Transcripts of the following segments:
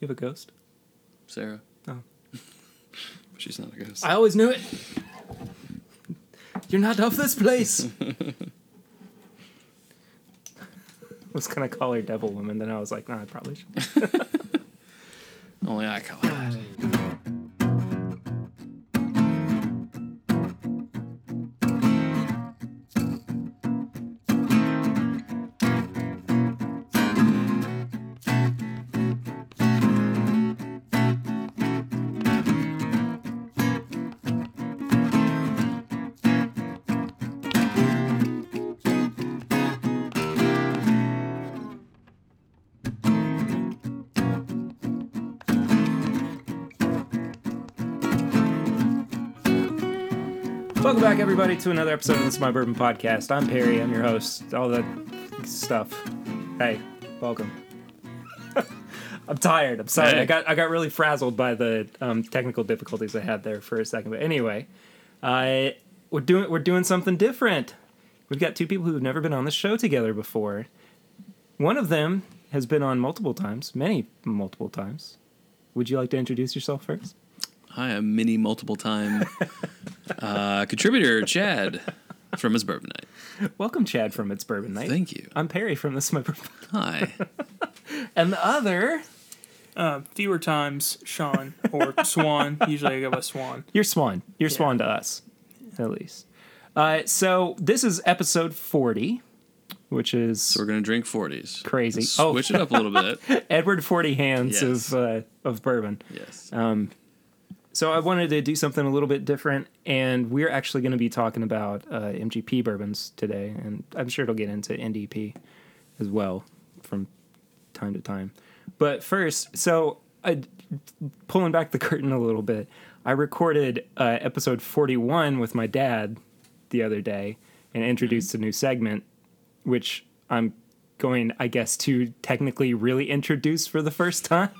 You have a ghost? Sarah. Oh. She's not a ghost. I always knew it. You're not of this place. I was gonna call her Devil Woman, then I was like, nah, I probably should. Only I call her. Welcome back, everybody, to another episode of This Is My Bourbon Podcast. I'm Perry. I'm your host. All that stuff. Hey, welcome. I'm tired. I'm sorry. Hey. I got I got really frazzled by the um, technical difficulties I had there for a second. But anyway, I we're doing we're doing something different. We've got two people who've never been on the show together before. One of them has been on multiple times, many multiple times. Would you like to introduce yourself first? Hi, I'm mini multiple time uh, contributor Chad from his bourbon night. Welcome, Chad from It's Bourbon Night. Thank you. I'm Perry from This Is My Bourbon. Hi. And the other, Uh, fewer times, Sean or Swan. Usually I go by Swan. you're Swan. You're Yeah. Swan to us, at least. Uh, so this is episode 40, which is We're gonna drink forties. Crazy. Oh. Switch it up a little bit. Edward 40 Hands Yes. of uh, of bourbon. Yes. Um, So I wanted to do something a little bit different, and we're actually going to be talking about uh, MGP bourbons today, and I'm sure it'll get into NDP as well from time to time. But first, so I, pulling back the curtain a little bit, I recorded uh, episode 41 with my dad the other day and introduced a new segment, which I'm going, I guess, to technically really introduce for the first time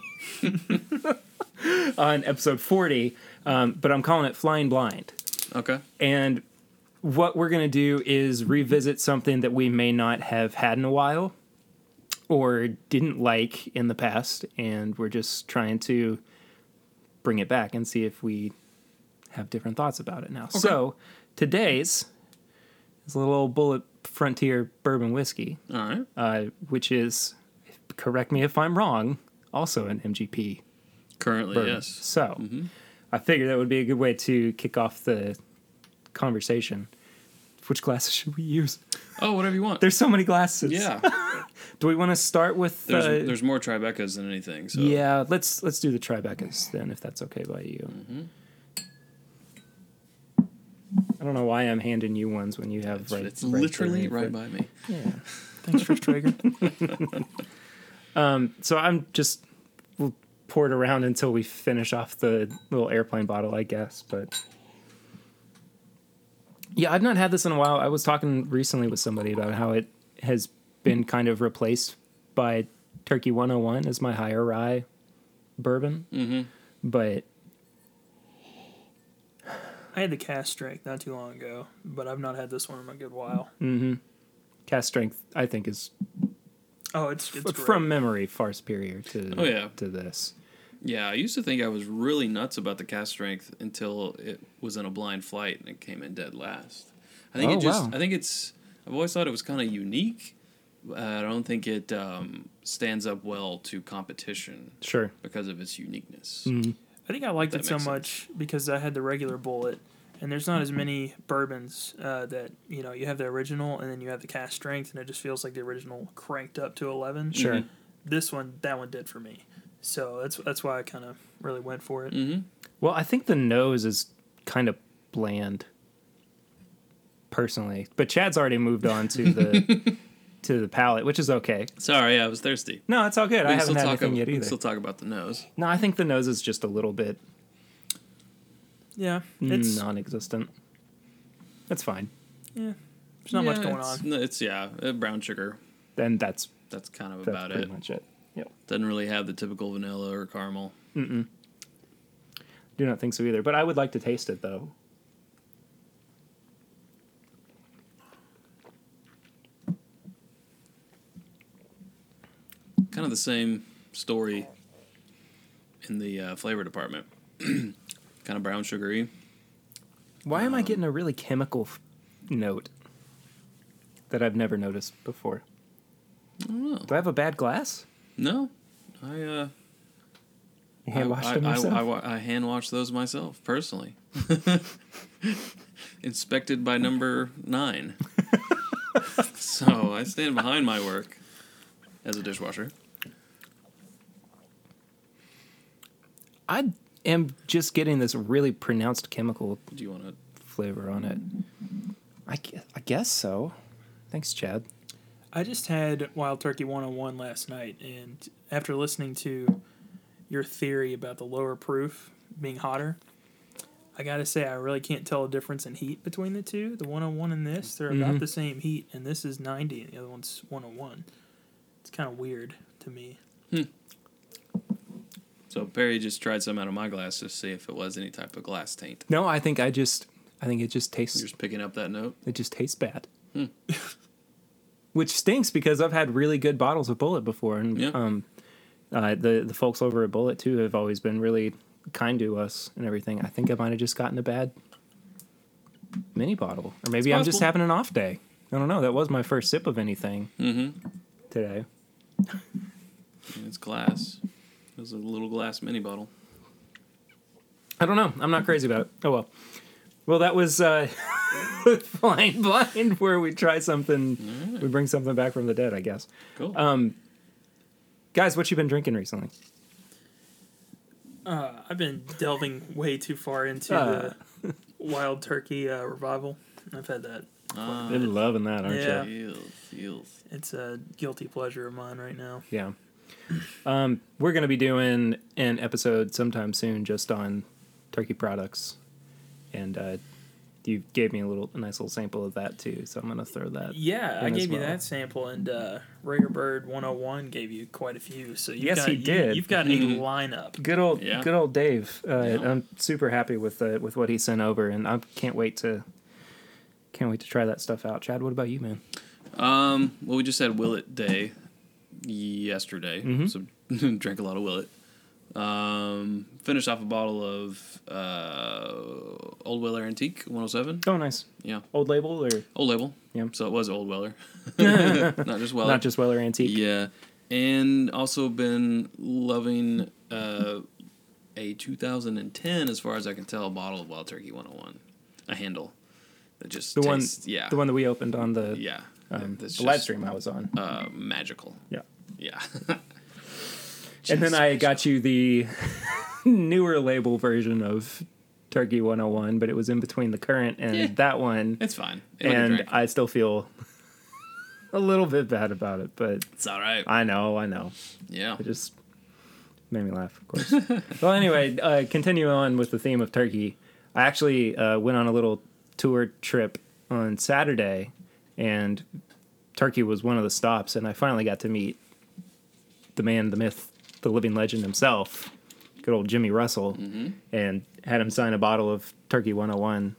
on episode 40, um, but I'm calling it Flying Blind. okay. And what we're going to do is revisit something that we may not have had in a while or didn't like in the past. And we're just trying to bring it back and see if we have different thoughts about it now. So today's is a little old Bullet Frontier bourbon whiskey, All right. uh, which is, correct me if I'm wrong, also an MGP Currently, bourbon. yes. Mm-hmm. So I figured that would be a good way to kick off the conversation. Which glasses should we use? Oh, whatever you want. There's so many glasses. yeah. Do we want to start with? There's uh, there's more Tribecas than anything. So yeah. Let's let's do the Tribecas then, if that's okay by you. Mm-hmm. I don't know why I'm handing you ones when you have it's, right. it's right there literally in right front. by me. Yeah. Thanks for trigger. Um, So I'm just we'll pour it around until we finish off the little airplane bottle, I guess. But yeah, I've not had this in a while. I was talking recently with somebody about how it has been kind of replaced by Turkey 101 as my higher rye bourbon, mm-hmm. but I had the cast drink not too long ago, but I've not had this one in a good while. mm-hmm. cast strength I think is Oh, it's it's great. from memory far superior to Oh, yeah. to this. Yeah, I used to think I was really nuts about the cast strength until it was in a blind flight and it came in dead last. I think Oh, it just wow. I think it's I've always thought it was kind of unique. Uh, I don't think it um, stands up well to competition Sure. because of its uniqueness. Mm-hmm. I think I liked That it so makes much because I had the regular bullet, and there's not as many bourbons uh, that you know. You have the original, and then you have the cast strength, and it just feels like the original cranked up to eleven. Sure. This one, that one did for me. So that's that's why I kind of really went for Mm. it. Mm-hmm. Well, I think the nose is kind of bland, personally. But Chad's already moved on to the to the palate, which is okay. Sorry, I was thirsty. No, it's all good. I can haven't had talk anything ab- yet we can either. Still talk about the nose. No, I think the nose is just a little bit Yeah, Mm, it's non-existent. That's fine. yeah, there's not much Yeah, going on. it's- no, It's yeah, uh, brown sugar. Then that's That's kind of that's about pretty it. much it. Yep. Doesn't really have the typical vanilla or caramel. Do not think so either. But I would like to taste it though. Kind of the same story in the uh, flavor department. kind of brown sugary. Why am I getting a really chemical f- note that I've never noticed before? I don't know. Do I have a bad glass? No, I uh, You hand I- washed I, them I- yourself? I wa- I hand washed those myself personally. Inspected by number nine. so I stand behind my work as a dishwasher. I am just getting this really pronounced chemical Do you want to? flavor on it. I, gue- I guess so. Thanks, Chad. I just had Wild Turkey 101 last night, and after listening to your theory about the lower proof being hotter, I gotta say, I really can't tell a difference in heat between the two. The 101 and this, they're Mhm. about the same heat, and this is 90, and the other one's 101. It's kind of weird to me. So Perry just tried some out of my glass to see if it was any type of glass taint. No, I think I just I think it just You're tastes just picking up that note. it just Hmm. tastes bad. Which stinks because I've had really good bottles of Bullet before, and Yeah. um, uh, the the folks over at Bullet too have always been really kind to us and everything. I think I might have just gotten a bad mini bottle, or maybe I'm just possible. having an off day. I don't know. That was my first sip of anything Mm-hmm. today. It's glass. It was a little glass mini bottle. I don't know. I'm not crazy about it. Oh well. Well, that was uh, blind blind where we try something, we bring something back from the dead, I guess. Cool. Um, guys, what you been drinking recently? Uh, I've been delving way too far into Uh. the Wild Turkey uh, revival. I've had that. Ah, Been loving that, aren't Yeah. you? feels, feels. It's a guilty pleasure of mine right now. Yeah. Um, we're gonna be doing an episode sometime soon just on turkey products, and uh, you gave me a little a nice little sample of that too, so I'm gonna throw that. Yeah, I in as gave you well. that sample, and uh, Rare Bird 101 gave you quite a few. So you've Yes, got, he did. You, have got a Mhm. lineup. Good old, Yeah. good old Dave. Uh, Yeah. I'm super happy with uh, with what he sent over, and I can't wait to can't wait to try that stuff out. Chad, what about you, man? Um, well, we just had Willet Day yesterday, Mhm. so drank a lot of Willet. Um, finished off a bottle of uh, Old Weller Antique 107. Oh, nice. Yeah, Old label or old label. Yeah. So it was Old Weller, not just Weller. not just Weller Antique? Yeah, and also been loving uh, a 2010, as far as I can tell, bottle of Wild Turkey 101, a handle that just The one, tastes, yeah, the one that we opened on the yeah, um, That's the live just, stream I was on. uh, magical. Yeah. Yeah. and then I got you the newer label version of Turkey 101, but it was in between the current and Yeah. that one, It's fine. It'll get and drank. I still feel a little bit bad about it, but it's all right. I know, I know. yeah. It just made me laugh, of course. well, anyway, uh, continue on with the theme of Turkey. I actually uh, went on a little tour trip on Saturday, and Turkey was one of the stops, and I finally got to meet the man, the myth, the living legend himself, good old Jimmy Russell, and had him sign a bottle of Turkey 101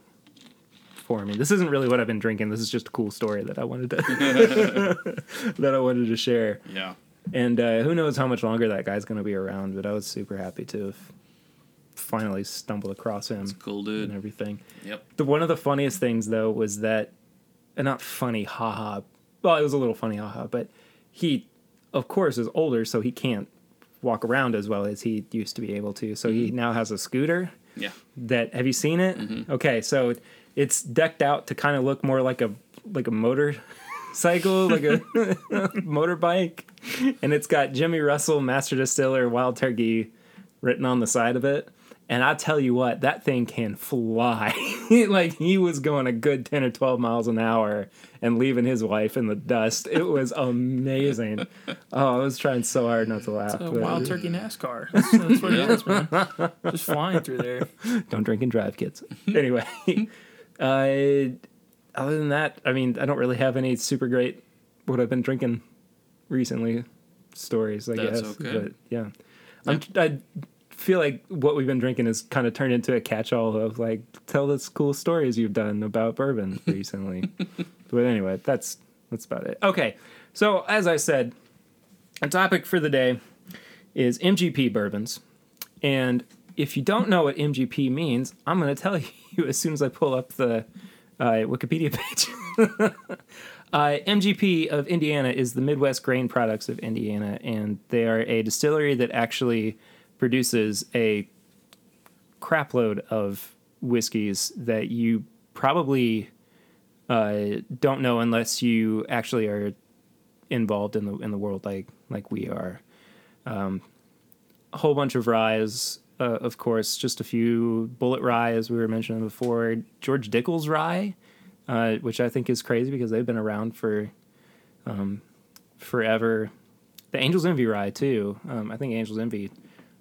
for me. This isn't really what I've been drinking. This is just a cool story that I wanted to that I wanted to share. Yeah. And uh, who knows how much longer that guy's going to be around, but I was super happy to have finally stumbled across him Cool and dude. everything. Yep. The, one of the funniest things, though, was that, and not funny, haha. Well, it was a little funny, haha, but he, of course, is older, so he can't walk around as well as he used to be able to. So he now has a scooter Yeah. that have you seen it Mm-hmm. okay so it's decked out to kind of look more like a like a motorcycle like a motorbike and it's got jimmy russell master distiller wild turkey written on the side of it and i tell you what that thing can fly like he was going a good 10 or 12 miles an hour and leaving his wife in the dust it was amazing oh i was trying so hard not to laugh Uh, but- Wild Turkey NASCAR. That's, that's what it is, man. Just flying through there. don't drink and drive, kids. Anyway, uh, other than that, I mean, I don't really have any super great what I've been drinking recently stories. I That's guess, okay. but yeah, I'm, I feel like what we've been drinking has kind of turned into a catch-all of like tell us cool stories you've done about bourbon recently. but anyway, that's that's about it. Okay, so as I said, our topic for the day is MGP bourbons. And if you don't know what MGP means, I'm going to tell you as soon as I pull up the uh, Wikipedia page. uh, MGP of Indiana is the Midwest Grain Products of Indiana, and they are a distillery that actually produces a crapload of whiskeys that you probably uh, don't know unless you actually are involved in the in the world like like we are. Um, a whole bunch of ryes, uh, of course, just a few bullet rye as we were mentioning before. George Dickel's rye, uh, which I think is crazy because they've been around for um, forever. The Angels Envy rye too. Um, I think Angels Envy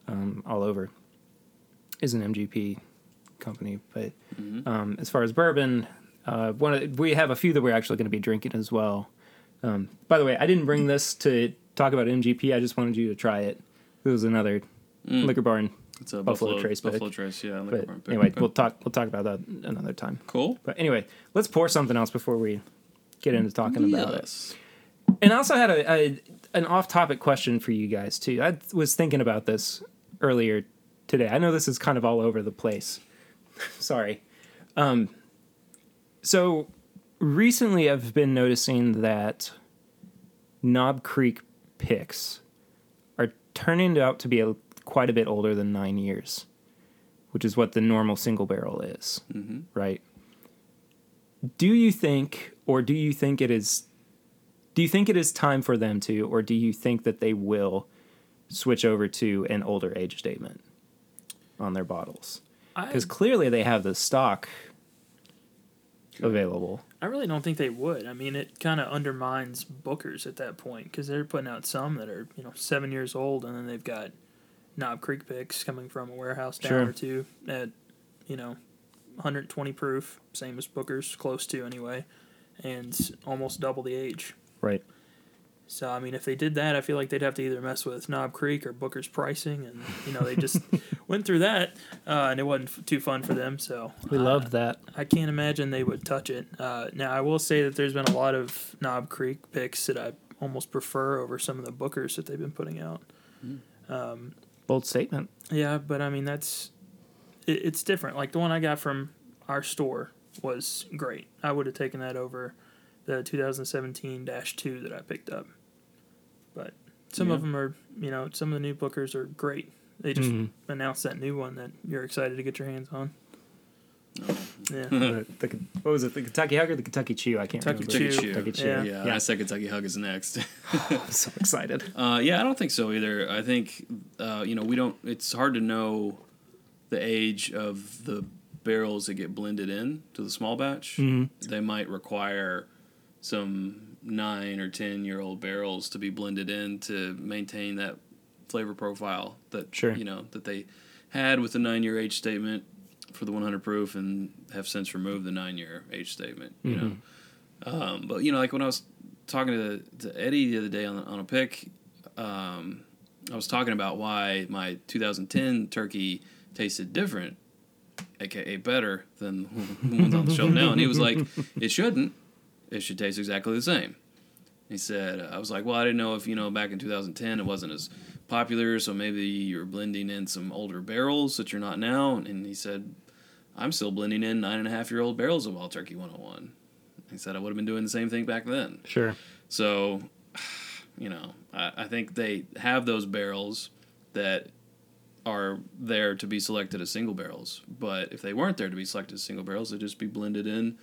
um, all over is an MGP company, but um, as far as bourbon, uh, one of, we have a few that we're actually going to be drinking as well. Um, by the way, I didn't bring this to talk about MGP. I just wanted you to try it. It was another liquor barn, It's a Buffalo Trace pick. Buffalo Trace, yeah. but liquor Mm. barn pick. anyway, Okay. we'll talk. We'll talk about that another time. cool. But anyway, let's pour something else before we get into talking about it. Yes. And I also had a, a an off-topic question for you guys too. I was thinking about this earlier today. I know this is kind of all over the place. Sorry. Um, so recently, I've been noticing that Knob Creek picks are turning out to be a, quite a bit older than nine years, which is what the normal single barrel is, right? Do you think, or do you think it is do you think it is time for them to, or do you think that they will switch over to an older age statement on their bottles? I, Because clearly they have the stock available. I really don't think they would. I mean, it kind of undermines Booker's at that point because they're putting out some that are you know seven years old, and then they've got Knob Creek picks coming from a warehouse down Sure. or two at you know 120 proof, same as Booker's, close to anyway, and almost double the age. Right. So I mean, if they did that, I feel like they'd have to either mess with Knob Creek or Booker's pricing, and you know they just went through that, uh, and it wasn't f- too fun for them. So We uh, loved that. I can't imagine they would touch it. Uh, now, I will say that there's been a lot of Knob Creek picks that I almost prefer over some of the Bookers that they've been putting out. Um, Bold statement. yeah, but I mean that's it, it's different. Like the one I got from our store was great. I would have taken that over the 2017-2 that I picked up. But some of Yeah. them are, you know, some of the new Bookers are great. They just Mhm. announced that new one that you're excited to get your hands on. Yeah. The- the- what was it? The Kentucky Hug or the Kentucky Chew? I can't Kentucky remember. Chew. Chew. Kentucky Chew. Yeah. Yeah. I said Kentucky E Hug is next. I'm so excited. Uh, yeah, I don't think so either. I think uh, you know we don't. It's hard to know the age of the barrels that get blended in to the small batch. Mm-hmm. They might require some nine or ten year old barrels to be blended in to maintain that flavor profile that Sure. you know that they had with the nine year age statement for the 100 proof and have since removed the nine year age statement. You know. Um, but you know, like when I was talking to, to Eddie the other day on on a pick, um, I was talking about why my 2010 turkey tasted different, aka better than the ones on the shelf now, and he was like, "It shouldn't. It should taste exactly the same." He said, uh, "I was like, well, I didn't know if you know back in 2010 it wasn't as popular, so maybe you're blending in some older barrels that you're not now." And he said, "I'm still blending in nine and a half year old barrels of all turkey 101." He said I would have been doing the same thing back then. Sure. So, you know, I, I think they have those barrels that are there to be selected as single barrels. But if they weren't there to be selected as single barrels, they'd just be blended in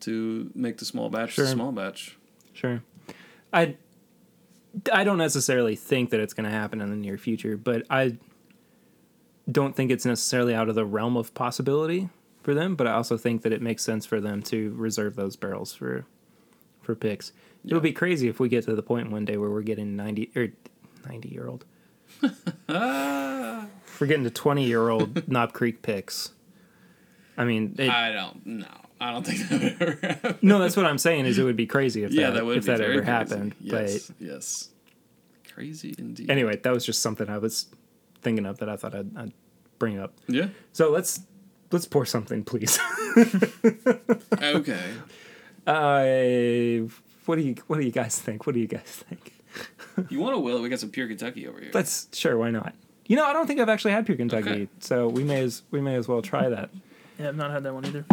to make the small batch Sure. the small batch. Sure. I I don't necessarily think that it's going to happen in the near future, but I don't think it's necessarily out of the realm of possibility for them, but I also think that it makes sense for them to reserve those barrels for for picks. It'll be crazy if we get to the point one day where we're getting 90 or 90 year old. If we're getting to 20 year old Knob Creek picks. I mean, it, I don't know. I don't think that would ever happen. no, that's what I'm saying is it would be crazy if Yeah, that, that would if be that very ever crazy. happened, but Yes, yes. Crazy indeed. anyway, that was just something I was thinking of that I thought I'd, I'd bring up. Yeah. So let's let's pour something, please. Okay. uh, what do you what do you guys think? What do you guys think? you want to will it? We got some pure Kentucky over here. Let's sure, why not? You know, I don't think I've actually had pure Kentucky, Okay. so we may as we may as well try that. Yeah, I've not had that one either.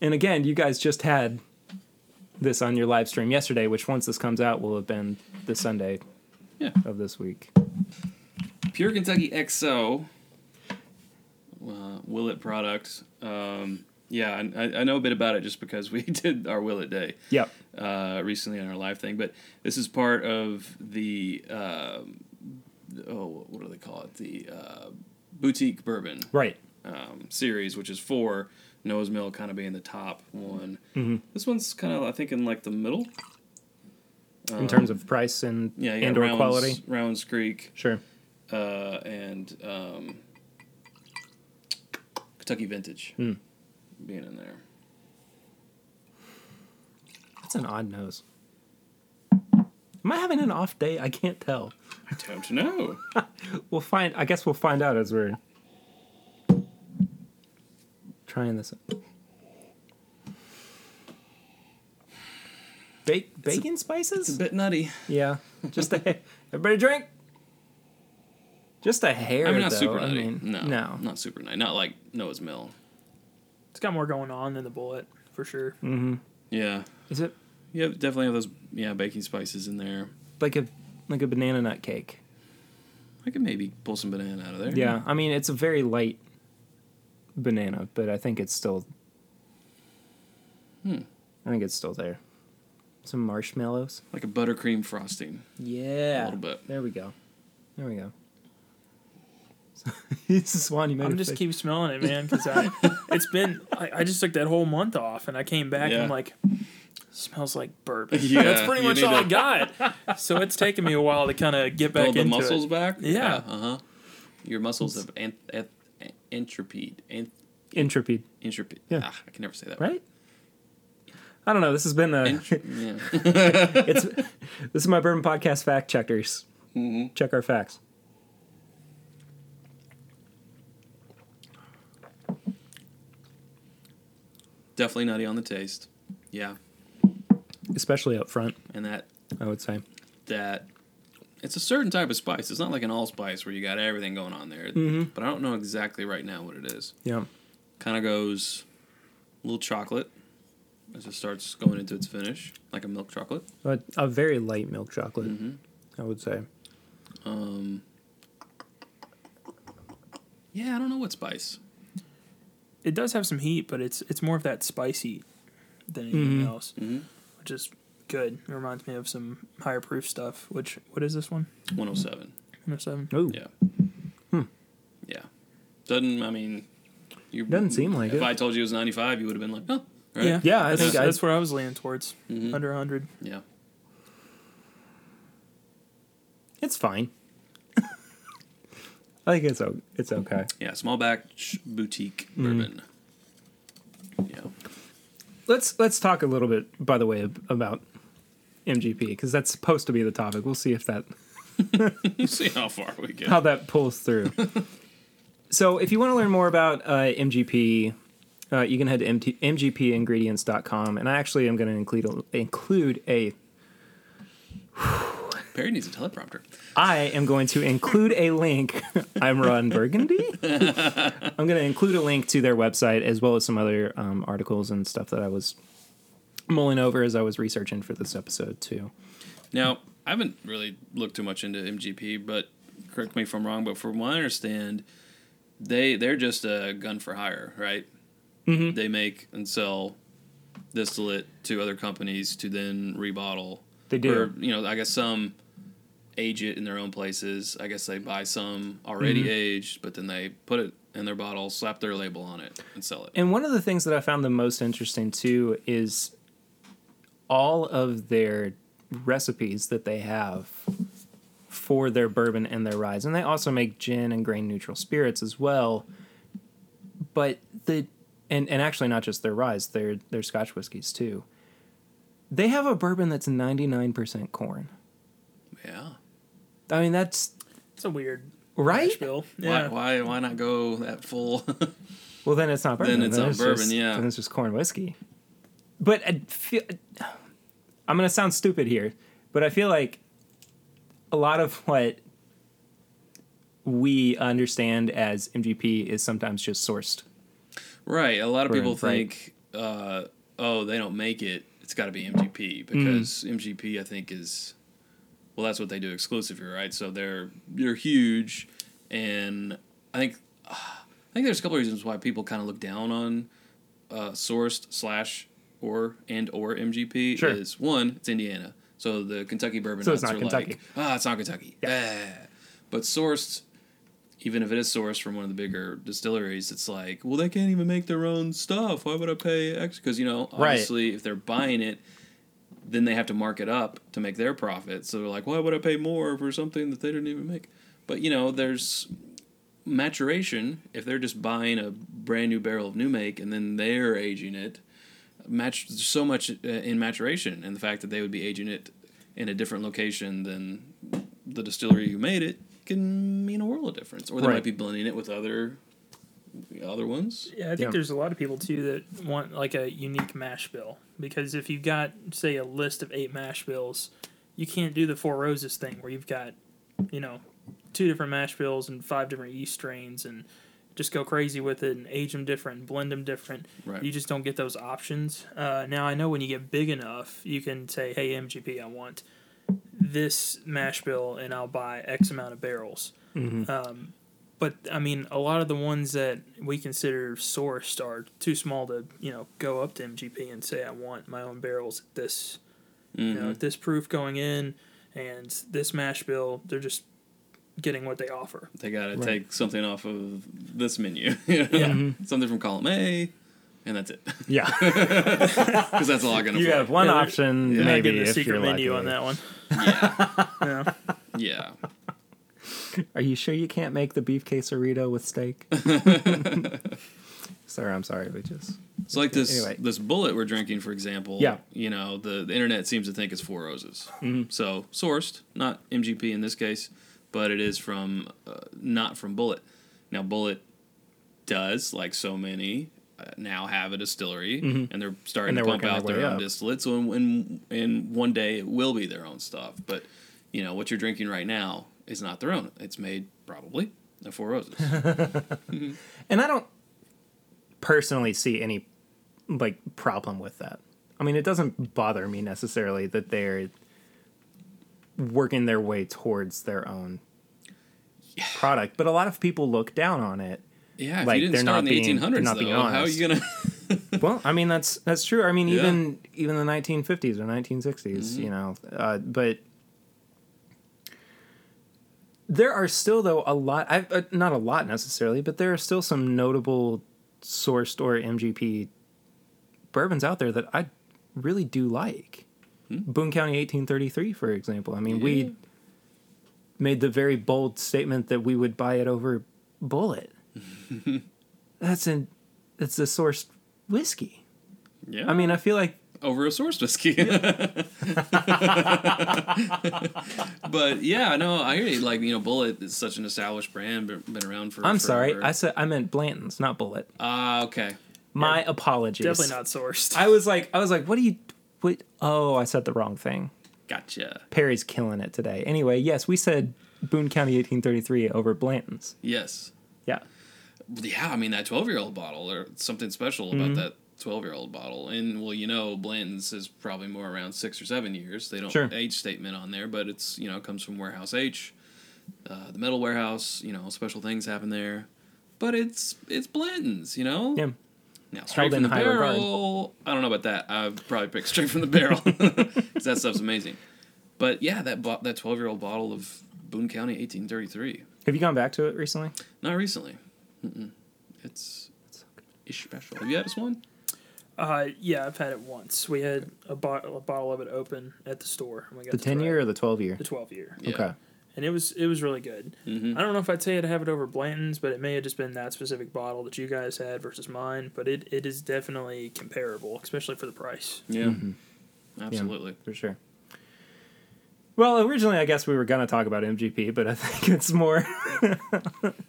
And again, you guys just had this on your live stream yesterday, which once this comes out will have been the Sunday Yeah. of this week. Pure Kentucky XO uh, Willet product. Um, yeah, and I, I know a bit about it just because we did our Willet Day Yep. uh, recently on our live thing. But this is part of the um, oh, what do they call it? The uh, boutique bourbon Right. um, series, which is four. Noah's Mill kind of being the top one. Mm-hmm. This one's kind of I think in like the middle. In terms of price and Um, Yeah, you got and or Rounds- quality. Rounds Creek. Sure. uh, and um, Kentucky Vintage Hmm. being in there. That's an odd nose. Am I having an off day? I can't tell. I don't know. We'll find. I guess we'll find out as we're trying this. Ba- bacon It's a spices? bit nutty. yeah, just a ha- everybody drink. Just a hair. I mean, not though. super I nutty. mean, no, no. not super nutty. Not like Noah's Mill. It's got more going on than the bullet for sure. Yeah, Is it you have, definitely have those. Yeah, baking spices in there. like a like a banana nut cake? I could maybe pull some banana out of there. Yeah, I mean it's a very light banana, but I think it's still. Hmm. I think it's still there. Some marshmallows. like a buttercream frosting. Yeah, A little bit. There we go. There we go. it's a swan. You made I'm a just face. keep smelling it, man, because I it's been I, I just took that whole month off and I came back and Yeah. I'm like smells like bourbon. Yeah, That's pretty you much need all I to- got. So it's taken me a while to kind of get back Build the into muscles it. back. Yeah. Uh huh. Your muscles have ant- ant- ant- entropied. Ant- intrepid, entropied. Yeah. Ah, I can never say that. right? I don't know. This has been a. Ent- yeah. it's this is my bourbon podcast fact checkers. Mm-hmm. Check our facts. Definitely nutty on the taste. Yeah, Especially up front, and that I would say. that it's a certain type of spice. It's not like an allspice where you got everything going on there. Mm-hmm. But I don't know exactly right now what it is. Yeah. Kind of goes a little chocolate as it starts going into its finish, like a milk chocolate. Mm-hmm. A, a very light milk chocolate, Mm-hmm. I would say. Um, yeah, I don't know what spice. It does have some heat, but it's it's more of that spicy than anything Mm-hmm. else, which is good. It reminds me of some higher proof stuff. Which what is this one? 107. 107. Oh, Yeah. Yeah. Doesn't, I mean, you Doesn't seem like if it. I told you it was 95, you would have been like, oh, right? Yeah, Yeah, I that's, think I- that's where I was leaning towards. Mm-hmm. Under 100. Yeah. it's fine. I think it's o- it's okay. Yeah, small batch boutique Mm. bourbon. Yeah. Let's let's talk a little bit, by the way, ab- about MGP because that's supposed to be the topic. We'll see if that see how far we get. how that pulls through. so, if you want to learn more about uh, MGP, uh, you can head to MT- mgpingredients.com, and I actually am going to include a, include a Perry needs a teleprompter. I am going to include a link. I'm Ron Burgundy. I'm going to include a link to their website as well as some other um, articles and stuff that I was mulling over as I was researching for this episode too. Now, I haven't really looked too much into MGP, but correct me if I'm wrong, but from what I understand, they they're just a gun for hire, right? Mm-hmm. They make and sell distillate to other companies to then rebottle. They do. Or, you know, I guess some age it in their own places. I guess they buy some already aged, but then they put it in their bottle, slap their label on it, and sell it. And one of the things that I found the most interesting too is all of their recipes that they have for their bourbon and their ryes. And they also make gin and grain neutral spirits as well. But the and, and actually not just their ryes, their their scotch whiskies too. They have a bourbon that's 99% corn. Yeah. I mean that's It's a weird right? bill. Why, why why not go that full? Well, then it's not bourbon. Then it's not bourbon, just- yeah. Then it's just corn whiskey. But I feel, I'm going to sound stupid here, but I feel like a lot of what we understand as MGP is sometimes just sourced. Right. A lot of We're people in fright. think, uh, oh, they don't make it. It's got to be MGP because MGP, I think, is well, that's what they do exclusive here, right? So they're they're huge, and I think I think there's a couple reasons why people kind of look down on uh, sourced slash or and or MGP. Sure. Is one, it's Indiana, so the Kentucky bourbon So it's nuts not are Kentucky. like ah, it's not Kentucky. Ah. But sourced even if it is sourced from one of the bigger distilleries, it's like, well, they can't even make their own stuff. Why would I pay X? Because you know, Right. obviously, if they're buying it, then they have to mark it up to make their profit. So they're like, why would I pay more for something that they didn't even make? But you know, there's maturation. If they're just buying a brand new barrel of new make and then they're aging it, match there's so much uh, in maturation and the fact that they would be aging it in a different location than the distillery who made it can mean a world of difference. Or they Right. might be blending it with other other ones. Yeah, I think Yeah. there's a lot of people too that want like a unique mash bill because if you've got say a list of eight mash bills, you can't do the four roses thing where you've got, you know, two different mash bills and five different yeast strains and just go crazy with it and age them different, blend them different. Right. You just don't get those options. Uh, now I know when you get big enough, you can say, "Hey MGP, I want this mash bill, and I'll buy X amount of barrels." Um, but I mean, a lot of the ones that we consider sourced are too small to you know go up to MGP and say, "I want my own barrels at this you know Mm-hmm. Mhm. at this proof going in and this mash bill." They're just getting what they offer. They got to Right. take something off of this menu. yeah. Something from column A and that's it. Yeah, Cuz that's all I can you afford. have one Yeah, they're- option. they're not maybe Getting a if secret you're menu lucky. on that one. Yeah. Yeah. Yeah. Are you sure you can't make the beef quesarito with steak? Sorry, I'm sorry. We just So like this Anyway. this bullet we're drinking, for example. Yeah. Mm-hmm. You know the, the internet seems to think it's Four Roses. So sourced, not MGP in this case, but it is from uh, not from Bullet. Now Bullet does like so many. Uh, now have a distillery and they're starting Mm-hmm. And they're to pump working out their their, way own up. distillate. So and, and and one day it will be their own stuff. But you know what you're drinking right now is not their own. It's made probably at Four Roses. and I don't personally see any like problem with that. I mean, it doesn't bother me necessarily that they're working their way towards their own product, but a lot of people look down on it. yeah, if Like, you didn't they're start not in the being- they're 1800s, not being though, how are honest. you gonna? well, I mean that's that's true. I mean Yeah. Mm-hmm. even even the 1950s or 1960s, you know, uh, but there are still though a lot. I uh, not a lot necessarily, but there are still some notable sourced or MGP bourbons out there that I really do like. Boone County 1833, for example. I mean, Hmm. Yeah. we made the very bold statement that we would buy it over Bullet. that's an that's a sourced whiskey. yeah. I mean, I feel like over a source whiskey. but yeah, no, I hear you. Like you know, Bullet is such an established brand, been been around for. I'm sorry. I forever. said I meant Blanton's, not Bullet. Ah, okay. My apologies. Definitely not sourced. I was like, I was like, what do you? What? Oh, I said the wrong thing. Gotcha. Perry's killing it today. Anyway, yes, we said Boone County 1833 over Blanton's. Yes. Yeah, Yeah, I mean that twelve-year-old bottle. There's something special Mm-hmm. about that twelve-year-old bottle. And well, you know, Blanton's is probably more around six or seven years. They don't Sure. age statement on there, but it's you know it comes from Warehouse H, uh, the metal warehouse. You know, special things happen there. But it's it's Blanton's, you know. yeah. Now, straight in from the high regard. barrel. I don't know about that. I've probably picked straight from the barrel 'Cause that stuff's amazing. But yeah, that bo- that twelve year old bottle of Boone County eighteen thirty three. Have you gone back to it recently? Not recently. Mm-mm. It's it's special. Have you had this one? Uh, yeah, I've had it once. We had a, bottle a bottle of it open at the store. And we got The to 10 try year it. or the 12 year? the twelve year, Yeah. Okay. and it was it was really good. Mhm. I don't know if I'd say I'd have it over Blanton's, but it may have just been that specific bottle that you guys had versus mine. But it, it is definitely comparable, especially for the price. Yeah. Absolutely. for sure. Well, originally, I guess we were gonna talk about MGP, but I think it's more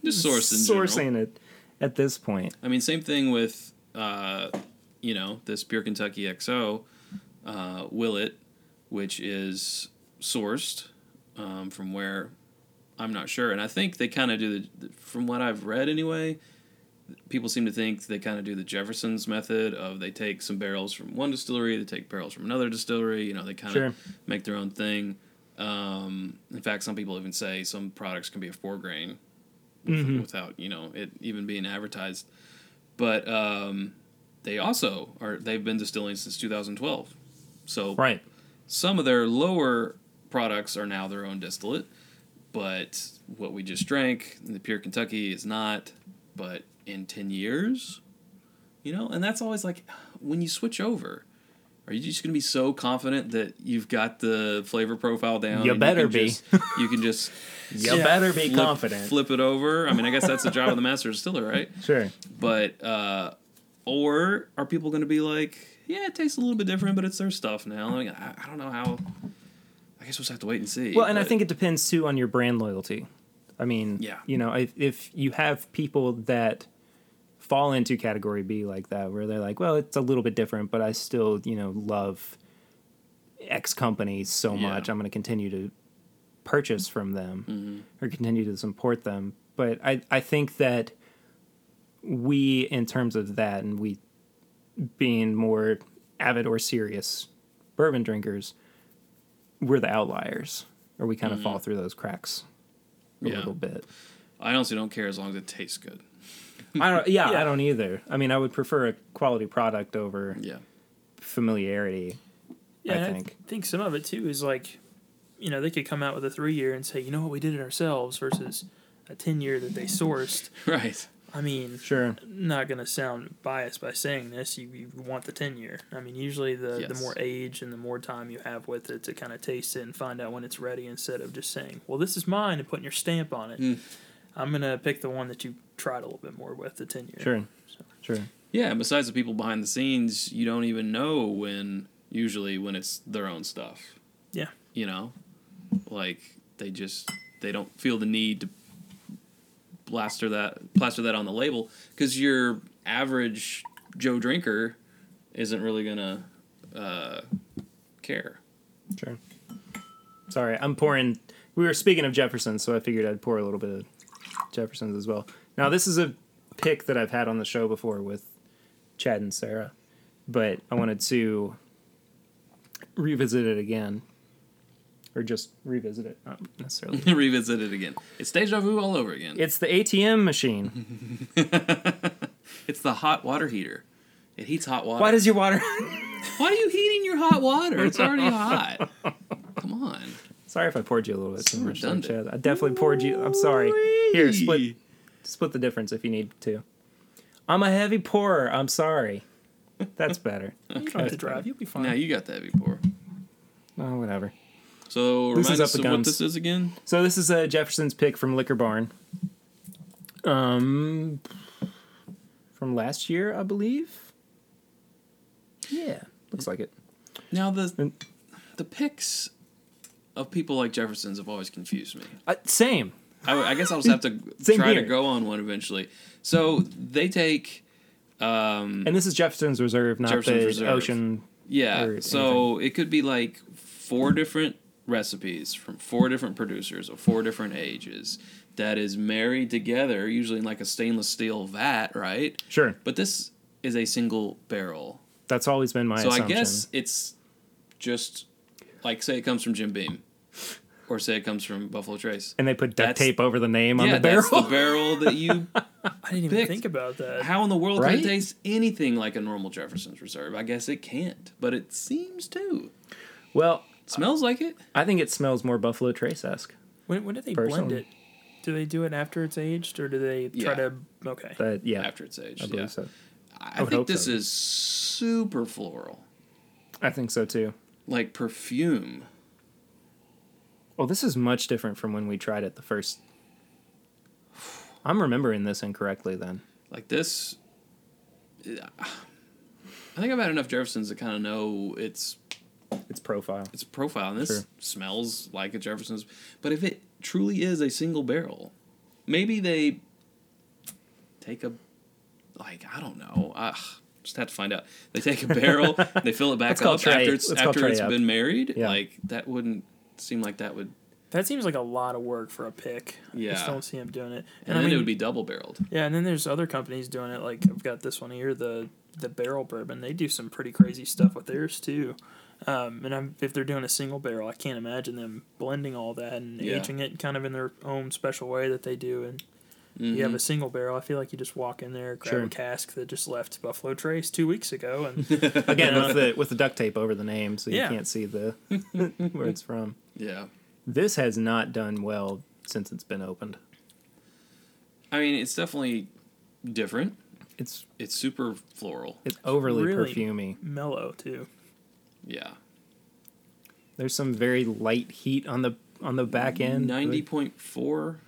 Just sourced in general. sourcing it at this point. I mean, same thing with, uh, you know, this Pure Kentucky XO, uh, Willet, which is sourced um, from where I'm not sure. And I think they kind of do the, from what I've read anyway, people seem to think they kind of do the Jefferson's method of they take some barrels from one distillery, they take barrels from another distillery, you know, they kind Sure. of make their own thing. Um, in fact, some people even say some products can be a four grain Mhm. without, you know, it even being advertised. But um, they also are, they've been distilling since 2012. So Right. some of their lower products are now their own distillate, but what we just drank, the pure Kentucky, is not. But in ten years, you know, and that's always like when you switch over. Are you just gonna be so confident that you've got the flavor profile down? You and better can be. just- you can just You Yeah. better be flip, confident. flip it over. I mean, I guess that's the job of the master distiller, right? Sure. But uh, or are people going to be like, yeah, it tastes a little bit different, but it's their stuff now? Like, I, I don't know how. I guess we'll just have to wait and see. Well, and I but- think it depends too on your brand loyalty. I mean, Yeah. you know, if, if you have people that fall into category B like that, where they're like, well, it's a little bit different, but I still, you know, love X company so Yeah. much, I'm going to continue to purchase from them Mm-hmm. or continue to support them. But I, I think that we, in terms of that, and we being more avid or serious bourbon drinkers, we're the outliers, or we kind of fall through those cracks a Yeah. little bit. I honestly don't care as long as it tastes good. I don't. Yeah, Yeah. I don't either. I mean, I would prefer a quality product over Yeah, familiarity. I Yeah, and I think. think. some of it too is like, you know, they could come out with a three year and say, you know what, we did it ourselves versus a ten year that they sourced. right. I mean, Sure. not gonna sound biased by saying this. You, you want the ten year. I mean, usually the the Yes. more age and the more time you have with it to kind of taste it and find out when it's ready, instead of just saying, well, this is mine and putting your stamp on it. Mm. I'm gonna pick the one that you tried a little bit more with the ten year. Sure. Sure. Yeah, and besides the people behind the scenes, you don't even know when usually when it's their own stuff. Yeah. You know? Like they just they don't feel the need to plaster that plaster that on the label cuz your average Joe drinker isn't really going to uh, care. Sure. Sorry, I'm pouring. We were speaking of Jefferson's, so I figured I'd pour a little bit of Jefferson's as well. Now, this is a pick that I've had on the show before with Chad and Sarah, but I wanted to revisit it again, or just revisit it, not necessarily. Revisit it again. It's deja vu all over again. it's the ATM machine. It's the hot water heater. It heats hot water. Why does your water? Why are you heating your hot water? It's already hot. Come on. sorry if I poured you a little bit too much, there, redundant. Chad. I definitely poured you. I'm sorry. Here, split split the difference if you need to. I'm a heavy pourer. I'm sorry. That's better. You don't have to drive. You'll be fine. Now you got that before. oh, whatever. So This remind is up us the of what gums. this is again. So this is a Jefferson's pick from Liquor Barn. Um, from last year, I believe. Yeah, looks like it. Now the And- the picks of people like Jefferson's have always confused me. Uh, same. I, I guess I'll just have to Same try here. to go on one eventually. So they take, um, And this is Jefferson's Reserve, not Jefferson's the Reserve. Ocean. yeah. or So it could be like four different recipes from four different producers of four different ages that is married together, usually in like a stainless steel vat, right? Sure, But this is a single barrel that's always been my so assumption. I guess it's just like say it comes from Jim Beam, or say it comes from Buffalo Trace. And they put duct That's- tape over the name on yeah, the barrel. that's the barrel that you. I didn't even Picked. think about that. How in the world Right? can it taste anything like a normal Jefferson's Reserve? I guess it can't, but it seems to. well, It smells like it. I think it smells more Buffalo Trace esque. When, when do they blend Personally. it? Do they do it after it's aged, or do they try Yeah. to? Okay, But yeah, After it's aged, I believe yeah. so. I, I would hope think this so. is super floral, I think so too. like perfume. Well, this is much different from when we tried it the first. I'm remembering this incorrectly then. Like this, I think I've had enough Jeffersons to kind of know it's It's profile. it's a profile, and this Sure. smells like a Jefferson's. But if it truly is a single barrel, maybe they take a like I don't know. I just have to find out. They take a barrel, they fill it back Let's call up tray- after it's let's call after it's tray up. been married. Yeah. Like that wouldn't seem like that would That seems like a lot of work for a pick. I just Yeah. don't see him doing it. And, I then mean- it would be double barreled. Yeah, and then there's other companies doing it. Like I've got this one here, the the barrel bourbon. They do some pretty crazy stuff with theirs too. Um, and I'm, if they're doing a single barrel, I can't imagine them blending all that and Yeah. aging it kind of in their own special way that they do. And you have a single barrel. I feel like you just walk in there, grab Mm-hmm. Sure. a cask that just left Buffalo Trace two weeks ago, and Mm-hmm. Again, Yeah. with the with the duct tape over the name, so you Yeah. can't see the where it's from. Yeah. This has not done well since it's been opened. I mean, it's definitely different. It's It's super floral. it's overly Really? perfumy. mellow too. Yeah. There's some very light heat on the on the back end. Ninety point four.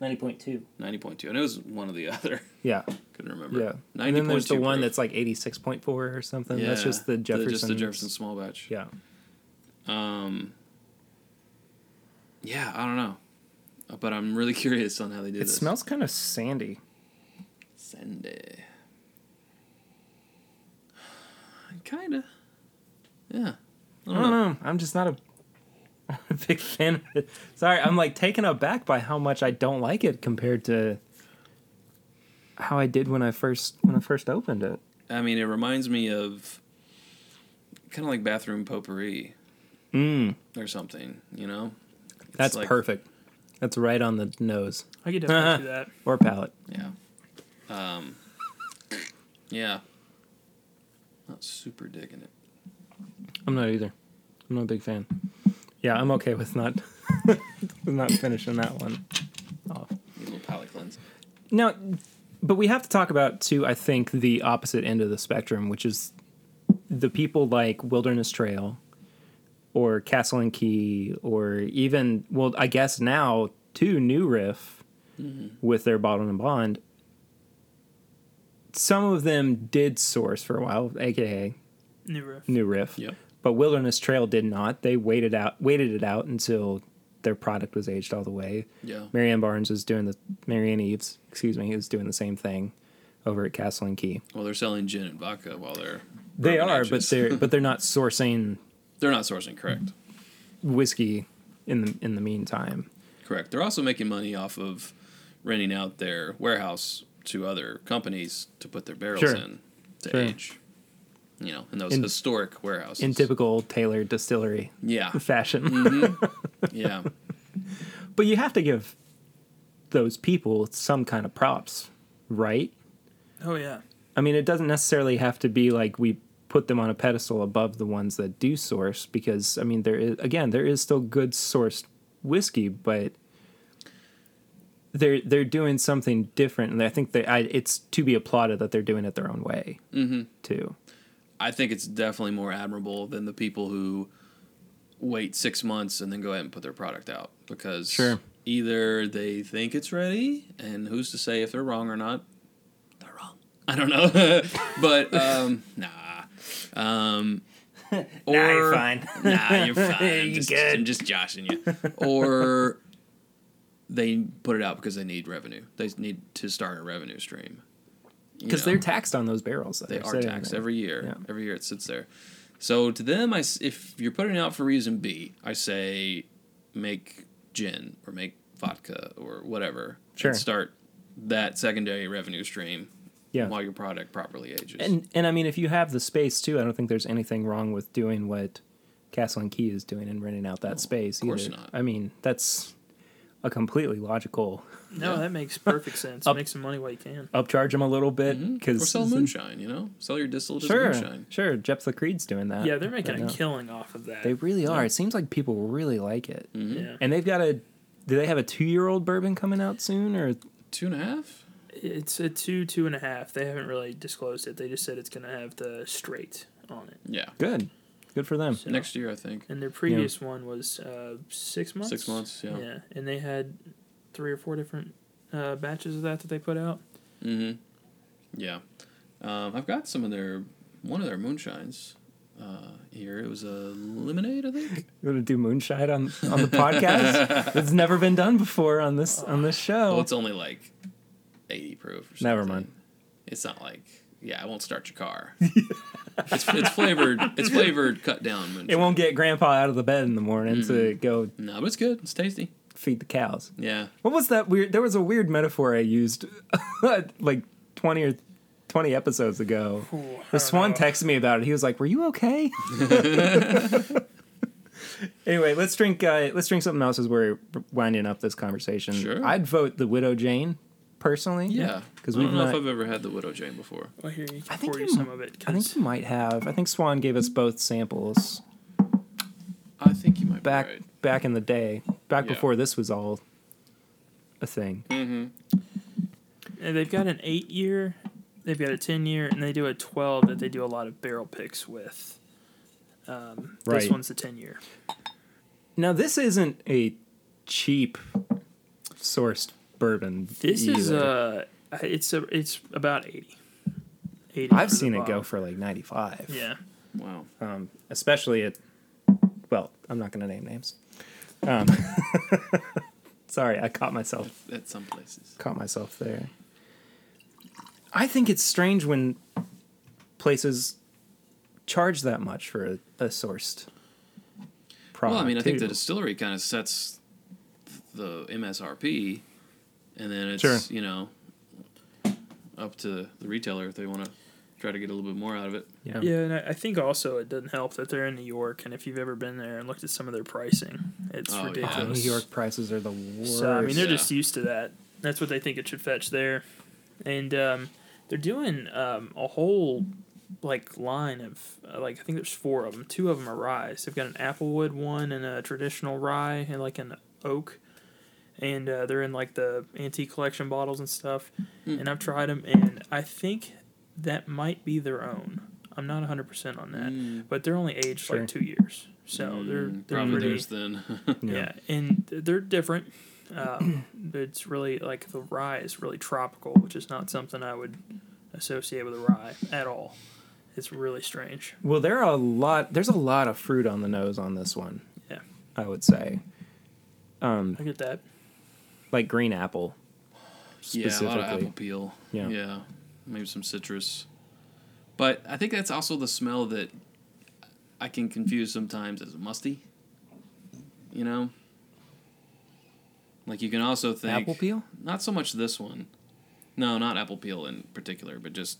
ninety point two. Ninety point two. I know it was one or the other. Yeah, Couldn't remember. yeah. And Ninety then point there's two. the one that's like eighty six point four or something. That's just the Jefferson. Just the Jefferson small batch. Yeah, Um. Yeah, I don't know, Uh, but I'm really curious on how they did it this. smells kind of sandy. Sunday. Kinda. Yeah. I I don't know. I'm just not a, I'm a big fan. Of it. Sorry, I'm like taken aback by how much I don't like it compared to how I did when I first when I first opened it. I mean, it reminds me of kind of like bathroom potpourri Mm, or something. You know. It's that's like- perfect. That's right on the nose I could definitely do that. or palate. Yeah. Um. Yeah. Not super digging it. I'm not either. I'm not a big fan. Yeah, I'm okay with not with not finishing that one off. Need a little palate cleanse. No, but we have to talk about too. I think the opposite end of the spectrum, which is the people like Wilderness Trail or Castle and Key, or even well, I guess now too New Riff with their Bottle and Bond. Some of them did source for a while, aka New riff. New Riff. Yep. But Wilderness Trail did not. They waited out waited it out until their product was aged all the way. Yeah. Marianne Barnes is doing the Marianne Eves, excuse me, is doing the same thing over at Castle and Key. Well, they're selling gin and vodka while they're They bourbon are, but ages. they're but they're not sourcing they're not sourcing correct. whiskey in the in the meantime. Correct. They're also making money off of renting out their warehouse to other companies to put their barrels Sure. in to Sure. age. You know, in those In- historic warehouses. In typical Taylor distillery yeah, fashion. yeah, But you have to give those people some kind of props, right? Oh yeah, I mean, it doesn't necessarily have to be like we put them on a pedestal above the ones that do source because I mean there is again there is still good sourced whiskey, but they're they're doing something different, and I think they I, it's to be applauded that they're doing it their own way Mm-hmm. too. I think it's definitely more admirable than the people who wait six months and then go ahead and put their product out because Sure. either they think it's ready, and who's to say if they're wrong or not? They're wrong. I don't know, but um, nah. Um, or, nah, you're fine. I'm You just, good. I'm just joshing you. Or they put it out because they need revenue. They need to start a revenue stream. You because know, they're taxed on those barrels. That they they're are sitting taxed in. every year. Yeah. Every year it sits there. So to them, I s if you're putting it out for reason B, I say make gin or make vodka or whatever. and Sure. start that secondary revenue stream Yeah. while your product properly ages. And and I mean, if you have the space too, I don't think there's anything wrong with doing what Castle and Key is doing and renting out that space. of course either. not. I mean, that's a completely logical. no, Yeah. that makes perfect sense. Up- Make some money while you can. Upcharge them a little Mm-hmm. bit Mm-hmm. or because sell moonshine, you know? Sell your distilled as Sure, moonshine. sure. Jeff Creed's doing that. Yeah, they're making right a now. killing off of that. Uh, They really are. It seems like people really like it, Mm-hmm. yeah. and they've got a. Do they have a two-year-old bourbon coming out soon, or Two and a half? It's a two, two and a half. They haven't really disclosed it. They just said it's going to have the straight on it. Yeah. good? Good for them. So- Next year, I think. And their previous one was uh, six months. Six months, yeah. Yeah, and they had three or four different uh, batches of that that they put out. hmm Yeah. Um, I've got some of their, one of their moonshines uh, here. It was a lemonade, I think. You want to do moonshine on on the podcast? it's never been done before on this on this show. Well, it's only like 80 proof or something. Never Oh. mind. It's not like yeah, I won't start your car. it's, it's flavored. It's flavored cut down moonshine. It won't get Grandpa out of the bed in the morning Mm-hmm. to go No, but it's good. It's tasty. feed the cows. Yeah. What was that weird? There was a weird metaphor I used like 20 or 20 episodes ago. the swan texted me about it. He was like, "Were you okay?" anyway, let's drink uh, let's drink something else as we're winding up this conversation. Sure. I'd vote the Widow Jane personally. Yeah. Because I we've don't know not, if I've ever had the Widow Jane before. Well, here you I can think pour you you some m- of it. I think 'cause you might have. I think Swan gave us both samples I think you might back be right. back in the day, back Yeah. before this was all a thing. Mm-hmm. And they've got an eight year, they've got a ten year, and they do a twelve that they do a lot of barrel picks with. Um, Right. This one's a ten year. Now this isn't a cheap sourced bourbon. This is either. uh, it's a, it's about eighty. 80 I've for the seen it bottle. go for like ninety five. Yeah, Wow. um, especially at well i'm not going to name names um, sorry i caught myself At some places. caught myself there i think it's strange when places charge that much for a, a sourced product Well, I mean, I think too. the distillery kind of sets the MSRP, and then it's Sure. you know up to the retailer if they want to try to get a little bit more out of it. yeah. yeah, and I, I think also it doesn't help that they're in New York, and if you've ever been there and looked at some of their pricing, it's Oh, Oh, yeah. new ridiculous. york prices are the worst So I mean, they're Yeah. just used to that. That's what they think it should fetch there, and um, they're doing um, a whole like line of uh, like I think there's four of them. Two of them are rye. They've got an applewood one and a traditional rye and like an oak, and uh, they're in like the antique collection bottles and stuff. And I've tried them, and I think that might be their own. I'm not 100% on Hmm. that, but they're only aged Sure. like two years, so they're, Mm, they're probably pretty, theirs then. Yeah. yeah, and th- they're different. Um, it's really like the rye is really tropical, which is not something I would associate with a rye at all. It's really strange. well there are a lot there's a lot of fruit on the nose on this one Yeah. i would say um I get that. like green apple yeah, a specifically lot of apple peel. Yeah. yeah, maybe some citrus. But I think that's also the smell that I can confuse sometimes as musty. You know, like you can also think apple peel Not so much this one. No, not apple peel in particular, but just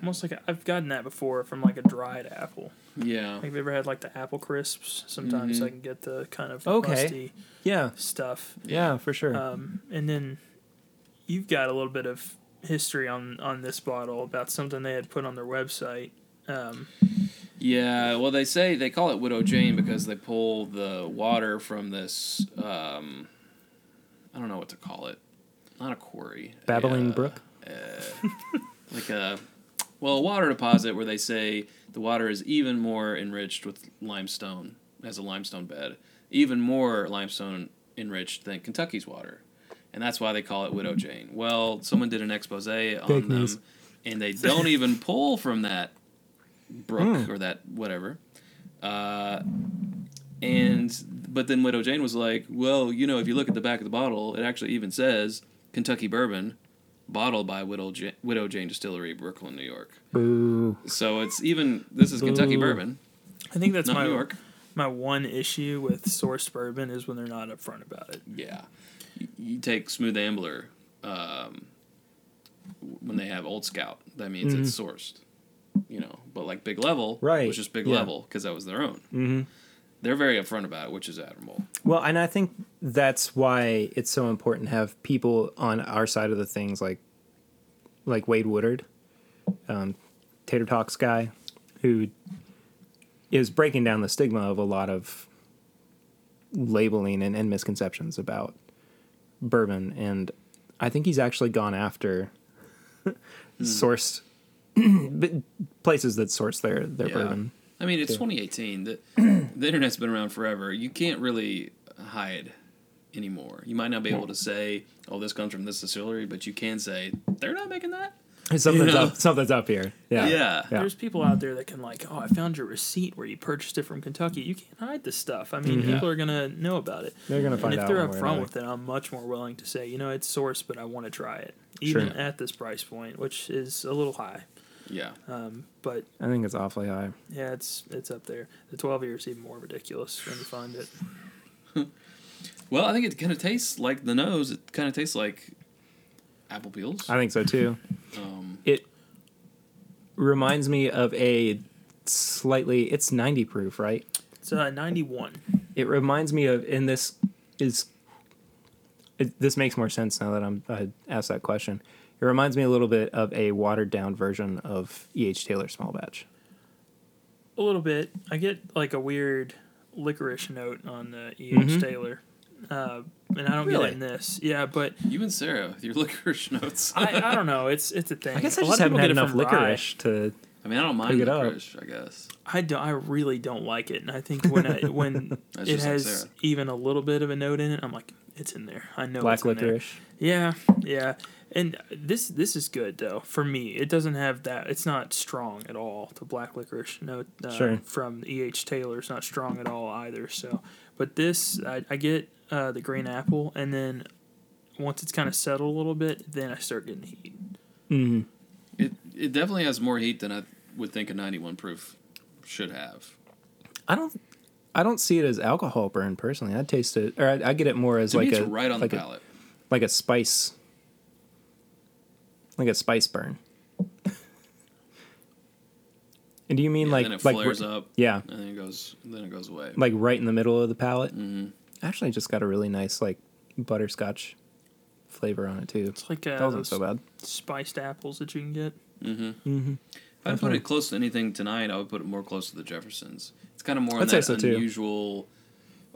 Almost like I've gotten that before from like a dried apple. yeah. Like, have you ever had like the apple crisps? Sometimes Mhm. I can get the kind of Mm-hmm. Okay. musty yeah stuff. Yeah, for sure. Um, and then you've got a little bit of history on on this bottle about something they had put on their website. Um, Yeah, well they say they call it Widow Jane because they pull the water from this um I don't know what to call it. Not a quarry. a, Babbling uh, Brook. Like a well, a water deposit where they say the water is even more enriched with limestone as a limestone bed. Even more limestone enriched than Kentucky's water. And that's why they call it Widow Jane. Well, someone did an expose on Fake them news. and they don't even pull from that Hmm. brook or that whatever. Uh, and but then Widow Jane was like, well, you know, if you look at the back of the bottle, it actually even says Kentucky bourbon, bottled by Widow Jane, Widow Jane Distillery, Brooklyn, New York. Boo. So it's even this is Kentucky Ooh. bourbon, I think that's not my New York. My one issue with sourced bourbon is when they're not upfront about it. Yeah, you, you take Smooth Ambler um, when they have Old Scout. That means it's sourced, you know. But like Big Level, Right, was just Big yeah. Level because that was their own. They're very upfront about it, which is admirable. Mm-hmm. Well, and I think that's why it's so important to have people on our side of the things, like like Wade Woodard, um, Tater Talks guy, who is breaking down the stigma of a lot of labeling and, and misconceptions about bourbon, and I think he's actually gone after sourced b- places that source their their Yeah. bourbon. I mean, it's 2018. The, the internet's been around forever. You can't really hide anymore. You might not be able to say, "Oh, this comes from this distillery," but you can say they're not making that. Something's You know? up. Something's up here. Yeah. Yeah. Yeah. There's people out there that can like, oh, I found your receipt where you purchased it from Kentucky. You can't hide this stuff. I mean, Mhm. people are gonna know about it. They're gonna find and if out. they're one way or upfront another. with it, I'm much more willing to say, you know, it's sourced, but I want to try it, even Sure. at this price point, which is a little high. Yeah. Uh, Um, but I think it's awfully high. yeah, it's it's up there. The 12 year is even more ridiculous when you find it. Well, I think it kind of tastes like the nose. It kind of tastes like apple peels. I think so too. Um, It reminds me of a slightly. It's ninety proof, right? It's uh, 91. It reminds me of, and this is, it, this makes more sense now that I'm I asked that question. It reminds me a little bit of a watered down version of E.H. Taylor Small Batch. A little bit. I get like a weird licorice note on the E.H. Mhm. Taylor. Uh, and I don't get Really? it in this. Yeah, but you and Sarah, with your licorice notes. I, I, I don't know. It's it's a thing. I guess A I lot just of haven't people had get it enough from rye. licorice to. mean, I don't mind Pick it up. licorice. I guess. I don't. I really don't like it, and I think when I, when That's it just like has Sarah. even a little bit of a note in it, I'm like, it's in there. I know it's black in there." licorice. Yeah, yeah. And this this is good though for me. It doesn't have that. It's not strong at all. The black licorice note uh, Sure. from E. H. Taylor is not strong at all either. So, but this I, I get uh, the green apple, and then once it's kind of settled a little bit, then I start getting heat. hmm It it definitely has more heat than I would think a 91 proof should have. I don't. I don't see it as alcohol burn personally. I taste it, or I, I get it more as To like me, it's a right on like the a- palate. like a spice, like a spice burn. and do you mean Yeah, like then it like flares ri- up. yeah, And then it goes. Then it goes away. like right in the middle of the palate? hmm Actually, just got a really nice like butterscotch flavor on it too. It's like uh, That wasn't so those bad. spiced apples that you can get. hmm Mm-hmm. If I put Definitely. it close to anything tonight, I would put it more close to the Jeffersons. It's kind of more I'd on say that so, too. unusual,